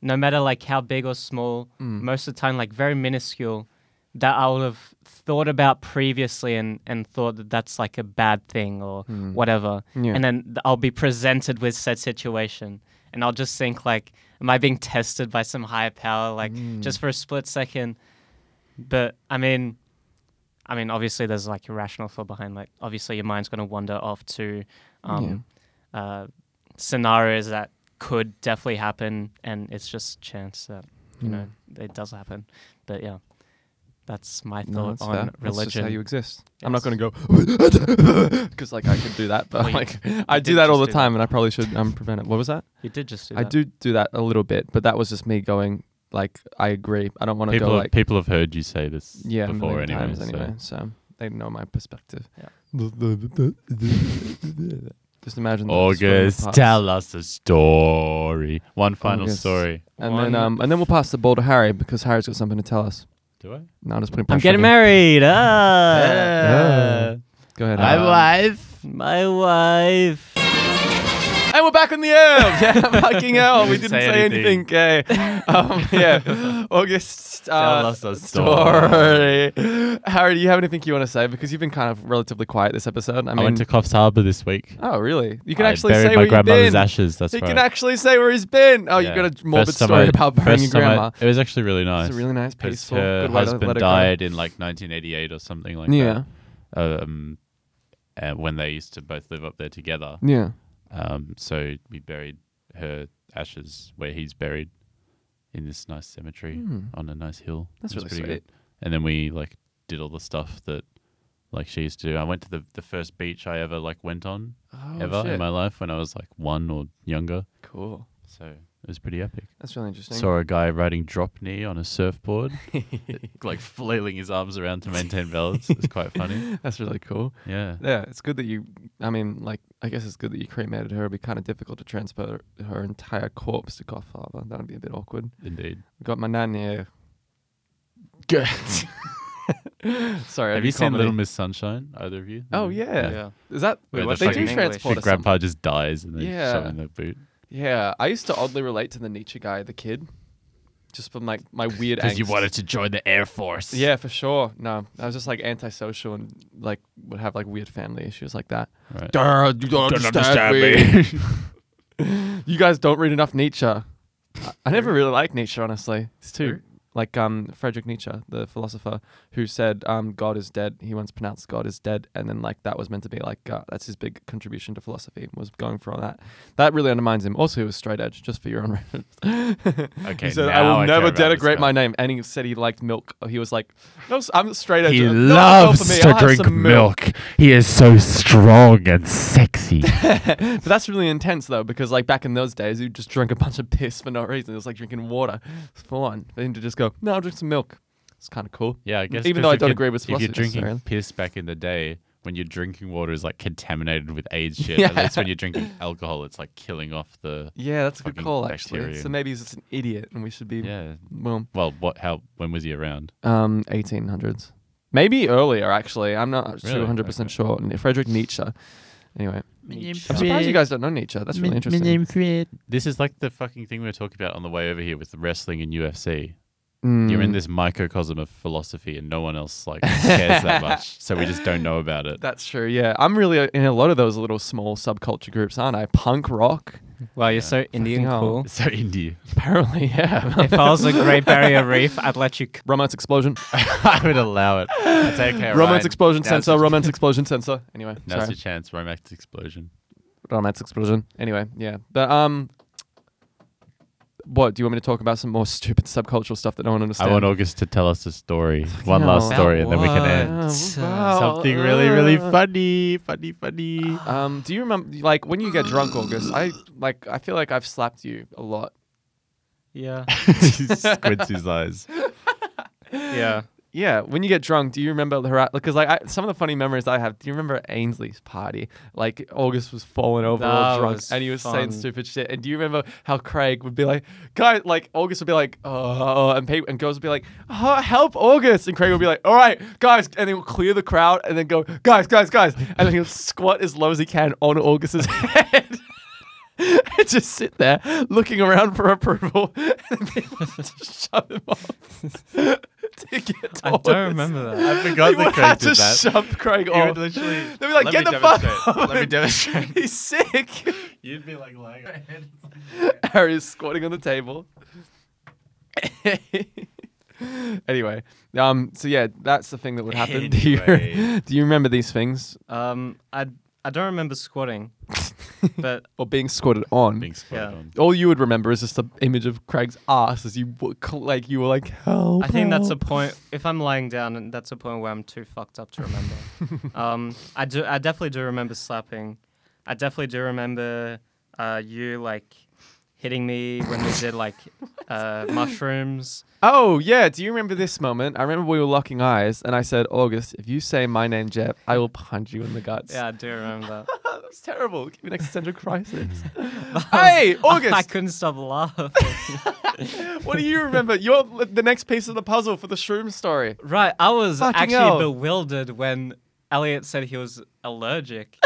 D: no matter like how big or small, most of the time like very minuscule, that I would have thought about previously and and thought that that's like a bad thing or whatever,
C: Yeah.
D: and then th- I'll be presented with said situation, and I'll just think like, am I being tested by some higher power, like just for a split second? But I mean, I mean, obviously there's like a rational thought behind. Like, obviously your mind's going to wander off to um, uh, scenarios that could definitely happen, and it's just chance that you
C: Hmm.
D: know it does happen. But yeah, that's my
C: No,
D: thought
C: that's
D: on
C: fair.
D: religion.
C: That's just how you exist. I'm not
D: Yes.
C: going to go because like I could do that, but
D: Well, you-
C: like I
D: did
C: do that all the
D: just do that.
C: time, and I probably should um prevent it. What was that?
D: You did just do
C: I
D: that.
C: do do that a little bit, but that was just me going like I agree. I don't want to
B: People,
C: go
B: have,
C: like
B: people have heard you say this
C: yeah, a
B: before
C: million
B: anyway.
C: times
B: so-
C: anyway, so. they know my perspective.
D: Yeah.
C: Just imagine that just falling
B: August,
C: apart.
B: tell us a story. One final
C: August.
B: story.
C: and
D: One-
C: then um, and then we'll pass the ball to Harry because Harry's got something to tell us.
B: Do I?
C: No, I'm just putting.
D: I'm
C: pressure on
D: getting
C: you.
D: married. Ah.
C: Yeah. Go ahead.
B: Um,
C: Harry.
B: wife.
D: My wife.
C: And we're back on the air. Yeah, fucking hell. we
B: Didn't
C: didn't
B: say
C: say, anything.
B: anything.
C: Okay. Um, yeah. August. Uh,
B: Tell us a
C: story. Harry, do you have anything you want to say? Because you've been kind of relatively quiet this episode. I
B: I,
C: mean,
B: went to Coffs Harbour this week.
C: oh really? You can
B: I
C: actually
B: buried
C: say
B: my
C: where you've
B: grandmother's
C: been.
B: ashes. That's
C: He
B: right.
C: can actually say where he's been. Oh,
B: Yeah.
C: you got a morbid
B: First time
C: story
B: I-
C: about burying your
B: first time I-
C: grandma.
B: it was actually really nice.
C: It's a really nice,
B: 'cause
C: peaceful,
B: Her
C: good way to
B: husband
C: let it go.
B: died in like 1988 or something like
C: Yeah.
B: that. Um, uh, when they used to both live up there together.
C: Yeah.
B: Um, so we buried her ashes where he's buried in this nice cemetery on a nice hill.
C: Hmm. That's
B: It was
C: really
B: Good. And then we like did all the stuff that like she used to do. I went to the the first beach I ever like went on
C: Oh,
B: ever
C: shit.
B: in my life when I was like one or younger.
C: Cool.
B: So it was pretty epic.
C: That's really interesting.
B: Saw a guy riding drop knee on a surfboard, like flailing his arms around to maintain balance. It's quite funny.
C: That's really cool.
B: Yeah.
C: Yeah, it's good that you. I mean, like, I guess it's good that you cremated her. It'd be kind of difficult to transfer her entire corpse to Godfather. That'd be a bit awkward.
B: Indeed.
C: Got my nan here.
B: Good.
C: Sorry,
B: Have
C: every
B: you seen
C: comedy-
B: Little Miss Sunshine? Either of you?
C: Oh yeah. Is that
B: Wait,
C: what
B: the
C: they do
B: fucking
D: English.
C: transport
B: Your
C: us? some-
B: grandpa just dies and they shove
C: Yeah.
B: him in the boot.
C: Yeah, I used to oddly relate to the Nietzsche guy, the kid, just from like my weird.
B: Because you
C: angst.
B: wanted to join the Air Force.
C: Yeah, for sure. No, I was just like antisocial and like would have like weird family issues like that.
B: Right.
C: Duh, you don't, understand, me. you guys don't read enough Nietzsche. I, I never really liked Nietzsche, honestly. It's too like um, Friedrich Nietzsche, the philosopher, who said um, God is dead. He once pronounced God is dead, and then like that was meant to be like uh, that's his big contribution to philosophy was going for all that. That really undermines him. Also, he was straight edge, just for your own reference.
B: Okay,
C: he said, "I
B: now
C: will
B: I care
C: never
B: about this
C: denigrate
B: guy."
C: my name," and he said he liked milk. He was like, "No, s- I'm straight edge.
B: He
C: No, no for
B: loves
C: me.
B: to
C: I'll have
B: drink
C: some
B: milk. He is so strong and sexy.
C: But that's really intense though, because like back in those days, you just drink a bunch of piss for no reason. It was like drinking water. It's fun. For him to just go, no, I'll drink some milk. It's kind of cool.
B: Yeah, I guess.
C: Even
B: 'cause
C: though I
B: if
C: don't
B: you're-
C: agree with
B: If
C: philosophy
B: you're drinking
C: necessarily.
B: piss back in the day, when your drinking water is like contaminated with AIDS shit, at
C: Yeah.
B: least when you're drinking alcohol, it's like killing off the.
C: Yeah, that's a good
B: Fucking
C: call actually.
B: bacteria.
C: So maybe he's just an idiot, and we should be.
B: Yeah.
C: Well,
B: Well, what? How? When was he around?
C: um, 1800s, maybe earlier actually. I'm not
B: Really?
C: 200 percent sure. N- Frederick Nietzsche. Anyway, I'm surprised you guys don't know Nietzsche. That's really interesting.
B: This is like the fucking thing we were talking about on the way over here with wrestling and UFC.
C: Mm.
B: You're in this microcosm of philosophy, and no one else like cares that much, so we just don't know about it.
C: That's true. Yeah, I'm really uh, in a lot of those little small subculture groups, aren't I? Punk rock,
D: Wow, you're so Indian
C: hell.
D: cool.
B: So indie.
C: apparently. Yeah.
D: if I was a Great Barrier Reef, I'd let you. c-
C: Romance explosion.
B: I would allow it. That's okay.
C: Romance
B: Ryan.
C: explosion
B: Now's
C: sensor.
B: your-
C: Romance explosion sensor. Anyway,
B: Now's
C: sorry.
B: your chance. Romance explosion.
C: Romance explosion. Anyway, yeah. But um, what do you want me to talk about? Some more stupid subcultural stuff that no one understands.
B: I want August to tell us a story. One
C: hell.
B: last
C: About
B: story, and then we can end.
C: Ah,
B: Something really, really funny, funny, funny.
C: uh, Um, do you remember like when you get drunk, August? I like I feel like I've slapped you a lot.
D: Yeah.
B: Squints his eyes.
D: Yeah.
C: Yeah, when you get drunk, do you remember the harass? Because like I, some of the funny memories I have. Do you remember Ainsley's party? Like August was falling over, all
D: That
C: drunk,
D: was
C: and he was saying
D: fun.
C: stupid shit. And do you remember how Craig would be like, "Guys," like August would be like, "Oh," and people and girls would be like, oh, "Help, August!" And Craig would be like, "All right, guys," and he would clear the crowd and then go, "Guys, guys, guys," and then he'll squat as low as he can on August's head. and just sit there looking around for approval and people just shove him off to get to
D: I
C: August.
D: don't remember that.
B: I forgot
C: They
B: that
C: would
B: Craig
C: have
B: did
C: to
B: that.
C: shove Craig
B: He would
C: off.
B: literally.
C: They'd be like,
B: Let
C: "Get
B: me
C: the fuck
B: demonstrate.
C: off
B: Let me
C: him."
B: demonstrate.
C: He's sick.
B: You'd be like lying.
C: Harry's squatting on the table. anyway, um, so yeah, that's the thing that would happen. Do you
B: Anyway.
C: do you remember these things
D: Um, I I don't remember squatting, but
C: or being squatted on?
B: Being spotted
D: Yeah.
B: on.
C: All you would remember is just the image of Craig's ass as you w- cl- like you were like, help.
D: I think that's a
C: help."
D: point. If I'm lying down, and that's a point where I'm too fucked up to remember. um, I do. I definitely do remember slapping. I definitely do remember uh, you like hitting me when we did like uh, mushrooms.
C: Oh yeah, do you remember this moment? I remember we were locking eyes, and I said, August, if you say my name, Jeff, I will punch you in the guts.
D: Yeah, I do remember that.
C: that was terrible. Give me an existential crisis. hey, August.
D: I couldn't stop laughing.
C: What do you remember? You're li- the next piece of the puzzle for the shroom story.
D: right, I was
C: Fucking
D: actually
C: hell.
D: bewildered when Elliot said he was allergic.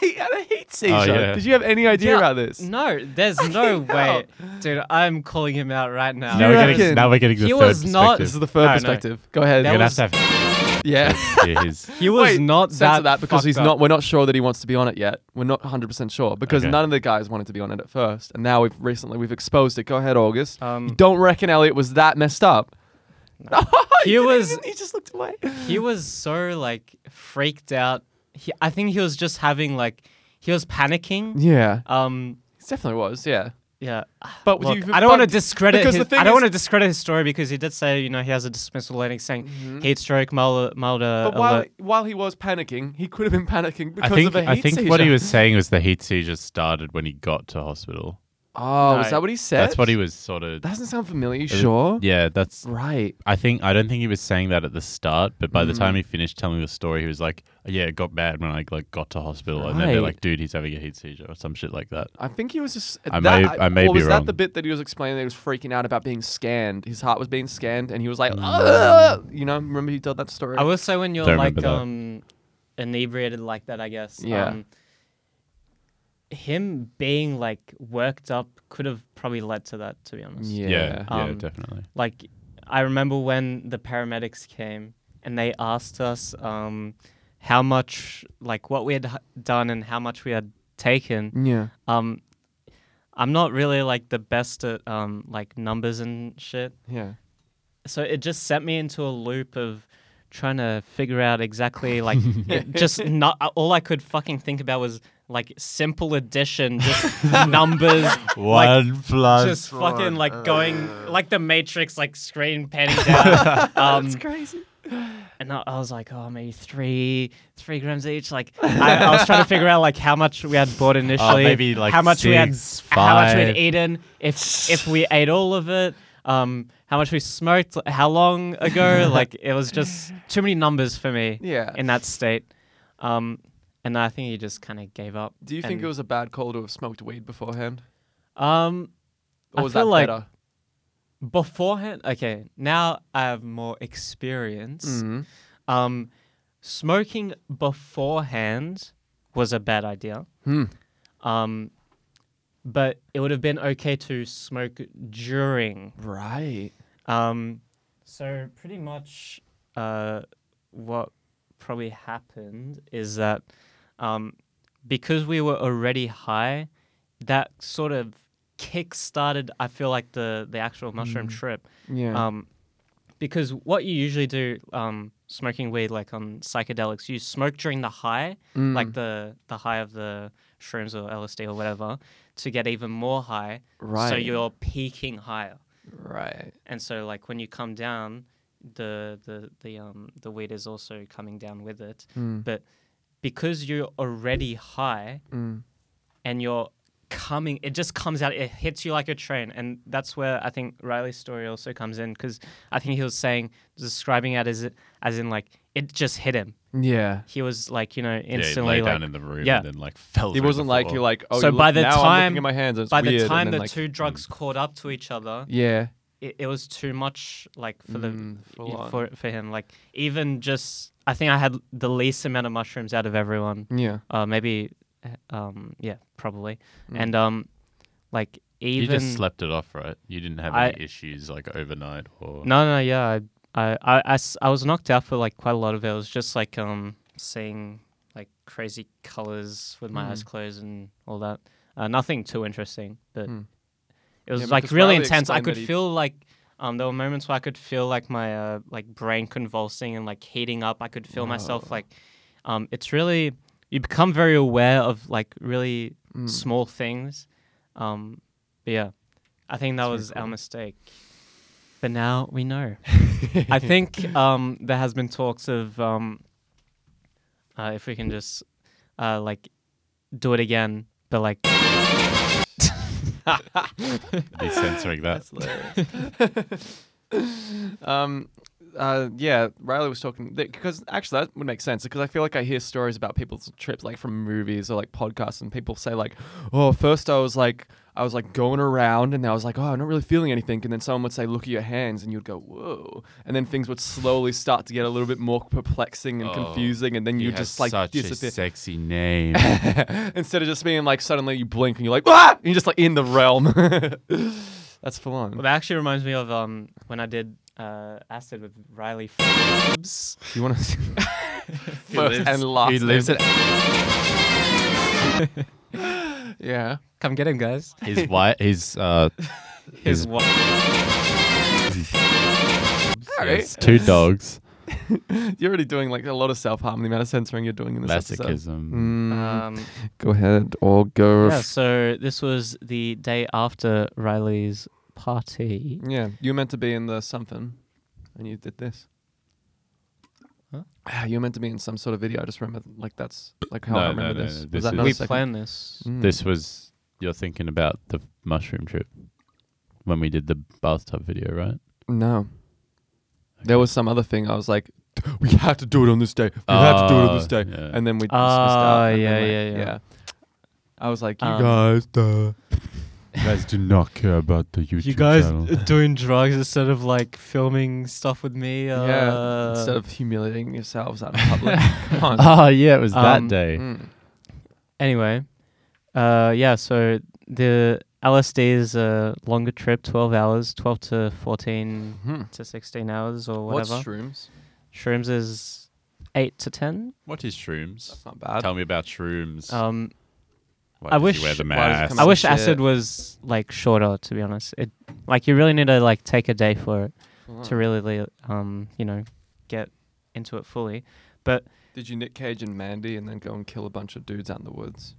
C: He had a heat seizure.
B: yeah.
C: Did you have any idea
D: Yeah,
C: about this?
D: No, there's no way, dude. I'm calling him out right now.
B: Now we're,
C: reckon-
B: getting, now we're getting the
D: He
B: third
D: was not-
C: This is
B: perspective.
C: the third
D: I don't know.
C: perspective. Go ahead.
D: That
B: You're gonna
D: was-
B: have to have
C: yeah.
B: yeah, his.
D: He was
C: Wait,
D: not
C: censor
D: that,
C: that because he's
D: fucked
C: not.
D: up.
C: We're not sure that he wants to be on it yet. We're not 100 percent sure because
B: Okay.
C: none of the guys wanted to be on it at first, and now we've recently we've exposed it. Go ahead, August.
D: Um,
C: you don't reckon Elliot was that messed up?
D: he was
C: He just looked away.
D: he was so like freaked out. He, I think he was just having like he was panicking.
C: Yeah,
D: Um,
C: it definitely was. Yeah,
D: yeah.
C: but
D: Look,
C: you've-
D: I don't want to
C: but-
D: discredit.
C: because
D: His,
C: the thing
D: I don't
C: is-
D: want to discredit his story because he did say you know he has a dismissal learning saying heat stroke, mild, mild uh,
C: Mm-hmm. But while,
D: alert.
C: while he was panicking, he could have been panicking
B: I
C: because
B: think,
C: of a heat
B: I think
C: seizure.
B: what he was saying was the heat seizure started when he got to hospital.
C: Oh,
D: No.
C: is that what he said?
B: That's what he was sort of.
C: That doesn't sound familiar. You
B: was-
C: sure?
B: Yeah, that's.
C: Right.
B: I think I don't think he was saying that at the start, but by the
C: Mm.
B: time he finished telling the story, he was like, "Yeah, it got bad when I like got to hospital," and then they're
C: Right.
B: like, "Dude, he's having a heat seizure or some shit like that."
C: I think he was just.
B: I
C: that-
B: may- I may
C: or
B: be
C: was that the
B: wrong.
C: bit that he was explaining that he was freaking out about being scanned? His heart was being scanned, and he was like,
B: Mm.
C: "Ugh!" you know, remember he told that story?
D: I will say when you're
B: Don't remember
D: like
B: that.
D: um inebriated like that, I guess.
C: Yeah.
D: Um, him being like worked up could have probably led to that. To be honest.
C: yeah.
B: Yeah, yeah,
D: Um,
B: definitely.
D: like I remember when the paramedics came and they asked us um, how much, like what we had h- done and how much we had taken.
C: Yeah.
D: Um, I'm not really like the best at um, like numbers and shit,
C: Yeah.
D: so it just sent me into a loop of trying to figure out exactly like it just not all I could fucking think about was like simple addition, just numbers, like
B: One plus.
D: just fucking
B: uh,
D: like going like the Matrix, like screen panning down. um, That's crazy. And I, I was like, oh, maybe three, three grams each. Like I, I was trying to figure out like how much we had bought initially,
B: Oh, maybe, like,
D: how much we had,
B: six,
D: how much we
B: five.
D: had eaten, if if we ate all of it. Um, how much we smoked, how long ago? like it was just too many numbers for me.
C: Yeah.
D: In that state, um, and I think he just kind of gave up.
C: Do you think
D: and-
C: it was a bad call to have smoked weed beforehand?
D: Um,
C: Or
D: I
C: was that
D: feel like-
C: better?
D: beforehand okay now i have more experience
C: Mhm.
D: um smoking beforehand was a bad idea
C: Hmm.
D: um but it would have been okay to smoke during
C: Right.
D: um so pretty much uh what probably happened is that um because we were already high that sort of kick started i feel like the the actual mushroom trip
C: Yeah.
D: um, because what you usually do um, smoking weed, like on psychedelics, you smoke during the high,
C: Mm.
D: like the the high of the shrooms or LSD or whatever, to get even more high. So
C: Right.
D: you're peaking higher,
C: right.
D: and so like when you come down, the the the um the weed is also coming down with it. But because you're already high,
C: Mm.
D: and you're coming it just comes out it hits you like a train and that's where i think riley's story also comes in because i think he was saying describing it as as in like it just hit him
C: Yeah.
D: he was like you know
B: yeah, he
D: instantly
B: lay
D: like
B: down in the room
D: yeah.
B: and then like fell.
C: It
B: through
C: wasn't
B: the
C: like
B: floor.
C: you're like, oh,
D: So
C: you
D: by
C: look-
D: the
C: now I'm
D: time-
C: looking at my hands. and It's
D: by the
C: weird, and
D: time
C: then,
D: the
C: like,
D: two drugs caught up to each other
C: Yeah.
D: it, it was too much like for
C: Mm,
D: the
C: full
D: yeah,
C: on.
D: for for him like even just i think i had the least amount of mushrooms out of everyone
C: Yeah.
D: uh maybe uh, um yeah probably and um like
B: you
D: even
B: just slept it off, right? You didn't have
D: I-
B: any issues like overnight or.
D: No, no, yeah. I, I, I- I s- I was knocked out for like quite a lot of it. It was just like um seeing like crazy colors with my
C: Mm.
D: eyes closed and all that. Uh, nothing too interesting, but
C: Hmm.
D: it was
C: Yeah,
D: like
C: because
D: really
C: Riley
D: intense. I
C: explained that
D: could
C: he-
D: feel like um there were moments where I could feel like my uh, like brain convulsing and like heating up. I could feel
C: Oh.
D: myself like um it's really you become very aware of like really
C: Hmm.
D: small things. Um, but yeah, I think that was our mistake. But now we know. I think um, there has been talks of um, uh, if we can just uh, like do it again, but like
B: Be censoring that.
C: um, uh, yeah, Riley was talking because actually that would make sense because I feel like I hear stories about people's trips like from movies or like podcasts and people say like, oh, first I was like I was like going around and I was like, oh, I'm not really feeling anything, and then someone would say, look at your hands, and you'd go, whoa, and then things would slowly start to get a little bit more perplexing and
B: Oh,
C: confusing, and then
B: You
C: you
B: have
C: just like
B: such a
C: disappear
B: sexy name.
C: instead of just being like suddenly you blink and you're like, ah, and you're just like in the realm. That's full on.
D: well, that actually reminds me of um, when I did uh, acid with Riley. Forbes.
C: You want to first
B: lives-
C: and last?
B: he lives
C: name. yeah.
D: Come get him, guys.
B: His wife. His uh.
D: His wife.
B: His two dogs.
C: You're already doing like a lot of self harm. The amount of censoring you're doing in this episode.
B: Masochism.
D: Um,
C: Go ahead or go.
D: yeah. So this was the day after Riley's party.
C: Yeah, you were meant to be in the something, and you did this. Huh? You were meant to be in some sort of video. I just remember, like that's like how I
B: No, no,
C: remember
B: no,
C: this.
B: no,
C: Was
B: this
C: that
B: is-
C: not a
D: We
C: second-
D: planned this.
C: Mm.
B: This was you're thinking about the mushroom trip when we did the bathtub video, right?
C: No. There was some other thing. I was like, we have to do it on this day. We have to do it on this
B: Oh,
C: day.
B: yeah.
C: And then we just missed
D: Oh,
C: out. and
D: yeah,
C: then,
D: yeah, yeah.
C: I was like, you
D: Um,
C: guys.
B: guys, the you guys do not care about the YouTube
D: You guys
B: channel.
D: are doing drugs instead of like filming stuff with me. Uh,
C: yeah. Instead of humiliating yourselves out in public. Come on.
B: Oh yeah, it was that
D: Um,
B: day.
C: Mm.
D: anyway, uh, yeah. So the LSD is a longer trip, twelve hours, twelve to fourteen
C: Hmm.
D: to sixteen hours or
C: What's
D: whatever.
C: shrooms?
D: Shrooms is eight to ten.
B: What is shrooms?
C: That's not bad.
B: Tell me about shrooms.
D: Um,
B: Why
D: I
B: does he
D: wish-
B: wear the
C: why does it
B: mask.
C: come
D: I
C: out-
D: wish
C: shit.
D: acid was like shorter. To be honest, it like you really need to like take a day for it. to really, li- um, you know, get into it fully. But
C: Did you Nick Cage and Mandy and then go and kill a bunch of dudes out in the woods?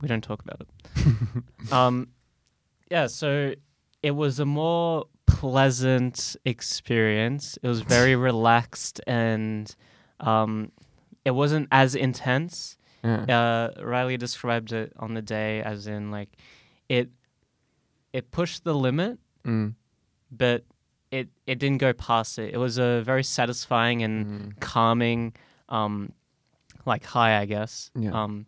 D: we don't talk about it. um, yeah, so it was a more pleasant experience. It was very relaxed and um, it wasn't as intense.
C: Yeah.
D: Uh, Riley described it on the day as in like it it pushed the limit,
C: Mm.
D: but it it didn't go past it. It was a very satisfying and calming, um, like high, I guess.
C: Yeah.
D: Um,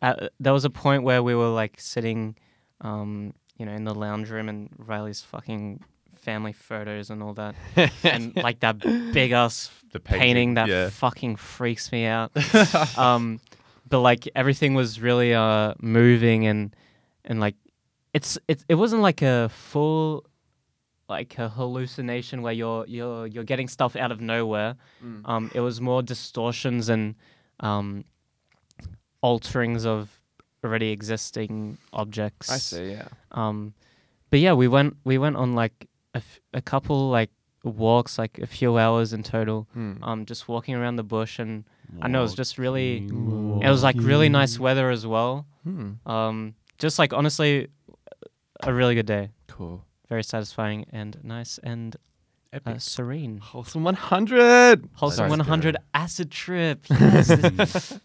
D: at, there was a point where we were like sitting, um, you know, in the lounge room, and Riley's fucking family photos and all that, and like that big ass
B: The
D: painting,
B: painting,
D: that
B: yeah.
D: fucking freaks me out. um, but like everything was really uh moving and and like it's it it wasn't like a full like a hallucination where you're you're you're getting stuff out of nowhere. Um, it was more distortions and um, alterings of already existing objects.
C: I see. Yeah.
D: Um, but yeah, we went we went on like a, f- a couple like walks, like a few hours in total.
C: Mm.
D: Um, just walking around the bush, and I know it was just really.
E: Walking,
D: It was like really nice weather as well.
C: Hmm.
D: Um, just like honestly, a really good day.
C: Cool.
D: Very satisfying and nice and uh, serene.
C: Wholesome 100.
D: Wholesome
C: Sorry.
D: 100 acid trip.
E: Mm,
D: Yes, this-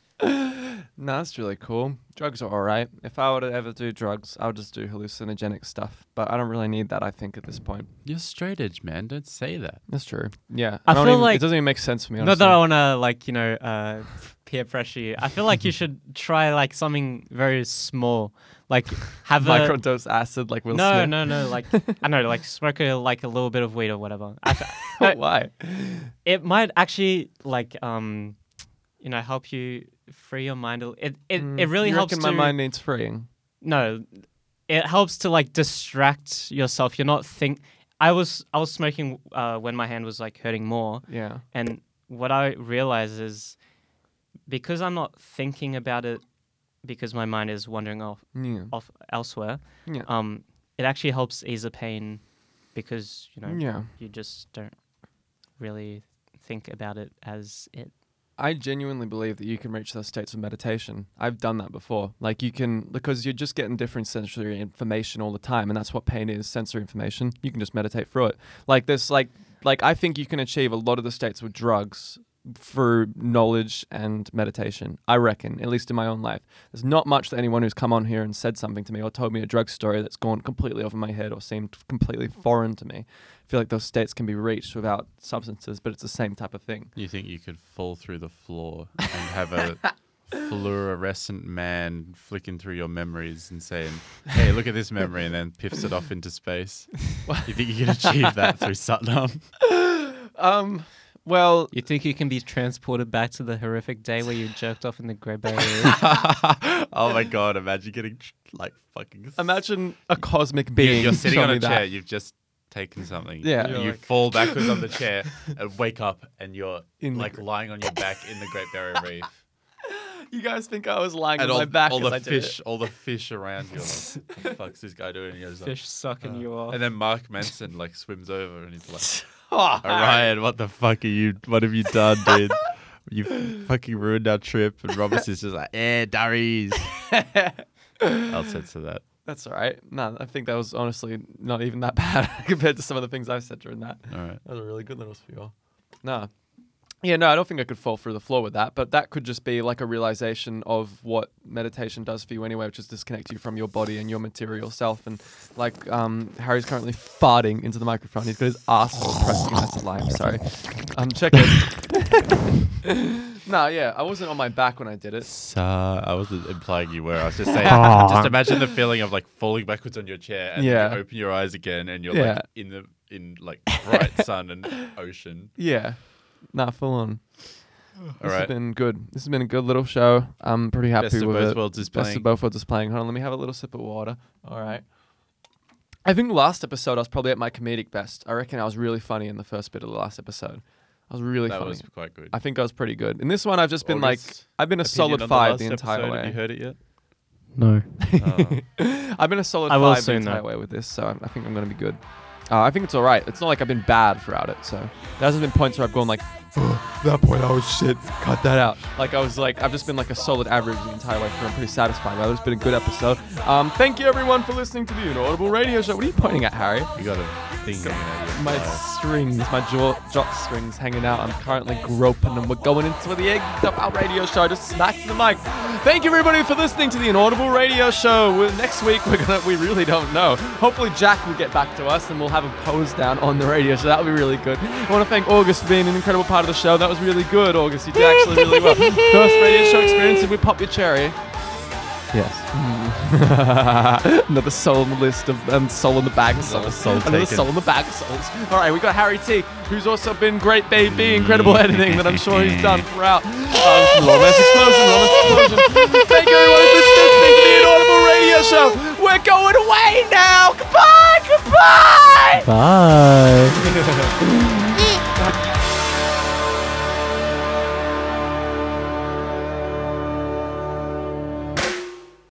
C: No, that's really cool. Drugs are all right. If I were to ever do drugs, I would just do hallucinogenic stuff. But I don't really need that, I think, at this point.
B: You're straight edge, man. Don't say that.
C: That's true. Yeah.
D: I
C: don't
D: feel
C: even-
D: like-
C: it doesn't even make sense for me.
D: Not
C: Honestly.
D: that I want to like you know uh, peer pressure you. I feel like you should try like something very small, like have a
C: microdose acid like Will
D: no
C: Smith.
D: no no like I know like smoke a, like a little bit of weed or whatever. I f- no,
C: Why?
D: it might actually like um you know help you free your mind. a l- It it, it really
C: Mm, you
D: helps
C: reckon
D: to
C: my mind needs freeing.
D: no it helps to like distract yourself. You're not think. I was I was smoking uh, when my hand was like hurting more.
C: Yeah.
D: And what I realize is because I'm not thinking about it because my mind is wandering off
C: Yeah.
D: off elsewhere,
C: Yeah.
D: um, it actually helps ease the pain because, you know,
C: Yeah.
D: you just don't really think about it as it.
C: I genuinely believe that you can reach those states of meditation. I've done that before. Like you can because you're just getting different sensory information all the time and that's what pain is, sensory information. You can just meditate through it. Like this like like I think you can achieve a lot of the states with drugs through knowledge and meditation. I reckon, at least in my own life. There's not much that anyone who's come on here and said something to me or told me a drug story that's gone completely over my head or seemed completely foreign to me. I feel like those states can be reached without substances, but it's the same type of thing.
B: You think you could fall through the floor and have a fluorescent man flicking through your memories and saying, "Hey, look at this memory," and then piffs it off into space? You think you can achieve that through Satnam?
C: Um well,
D: You think you can be transported back to the horrific day where you jerked off in the Grey Barrier?
B: oh my god! Imagine getting tr- like fucking.
C: Imagine a cosmic
B: You-
C: being.
B: You're sitting
C: showed
B: on
C: me
B: a
C: that.
B: chair. You've just taken something.
C: Yeah.
B: You
C: You're
B: you fall backwards on the chair and wake up, and you're
C: In the
B: like
C: gr-
B: lying on your back in the Great Barrier Reef.
C: You guys think I was lying
B: and
C: on
B: all,
C: my back?
B: all
C: as I
B: the
C: did it.
B: fish, all the fish around you. are Like, what the fuck's this guy doing? And you're just like,
D: Fish sucking you
B: Uh,
D: off.
B: And then Mark Manson like swims over and he's like, Ryan, what the fuck are you? What have you done, dude? You fucking ruined our trip. And Roberts is just like, eh, Durries. I'll censor that.
C: That's all right. No, I think that was honestly not even that bad compared to some of the things I've said during that.
B: All right.
C: That was a really good little spiel. No. Yeah, no, I don't think I could fall through the floor with that, but that could just be like a realization of what meditation does for you anyway, which is disconnect you from your body and your material self. And like um, Harry's currently farting into the microphone. He's got his ass pressed against the line. I'm sorry. Um, check it. no, yeah, I wasn't on my back when I did it.
B: So I wasn't implying you were. I was just saying, just imagine the feeling of like falling backwards on your chair and then
C: Yeah.
B: you open your eyes again and you're
C: Yeah.
B: like in the in like bright sun and ocean.
C: Yeah, not full on.
B: All
C: This
B: right.
C: has been good. This has been a good little show. I'm pretty happy
B: Best of
C: with
B: both
C: it.
B: worlds is
C: Best
B: playing.
C: of both worlds is playing. Hold on, let me have a little sip of water. All right. I think last episode I was probably at my comedic best. I reckon I was really funny in the first bit of the last episode. I was really
B: that
C: funny.
B: was quite good.
C: I think I was pretty good. In this one, I've just been like,
B: August,
C: I've been a
B: Opinion
C: solid
B: on
C: five
B: last
C: the entire
B: episode, Have you
C: way.
B: heard it yet?
D: no.
B: Oh.
C: I've been a solid
D: I will
C: five the
D: soon,
C: entire
D: though.
C: way with this, so I, I think I'm going to be good. Uh, I think it's all right. It's not like I've been bad throughout it. So there hasn't been points where I've gone like, "Ugh, that point, oh shit, cut that out. Like I was like, I've just been like a solid average the entire way through. I'm pretty satisfied. That has been a good episode. Um, thank you everyone for listening to the Inaudible Radio Show. What are you pointing at, Harry?
B: You got a thing going out of your
C: My
B: mouth.
C: strings, my jaw, jock strings hanging out. I'm currently groping them. We're going into the egg up our radio show. Just smack the mic. Thank you everybody for listening to the Inaudible Radio Show. we next week we're gonna we really don't know. Hopefully Jack will get back to us and we'll have him pose down on the radio show. That would be really good. I want to thank August for being an incredible part of the show. That was really good, August. You did actually really well. First radio show experience and we pop your cherry. Yes. Hmm. Another soul on the list of um, soul in the bag of souls.
B: soul
C: Another
B: taken.
C: soul in the bag of souls. All right, we got Harry T, who's also been great baby, incredible editing that I'm sure he's done throughout. Um, romance explosion, romance explosion. Thank you everyone for listening to the Inaudible Radio Show. We're going away now. Goodbye, goodbye.
E: Bye.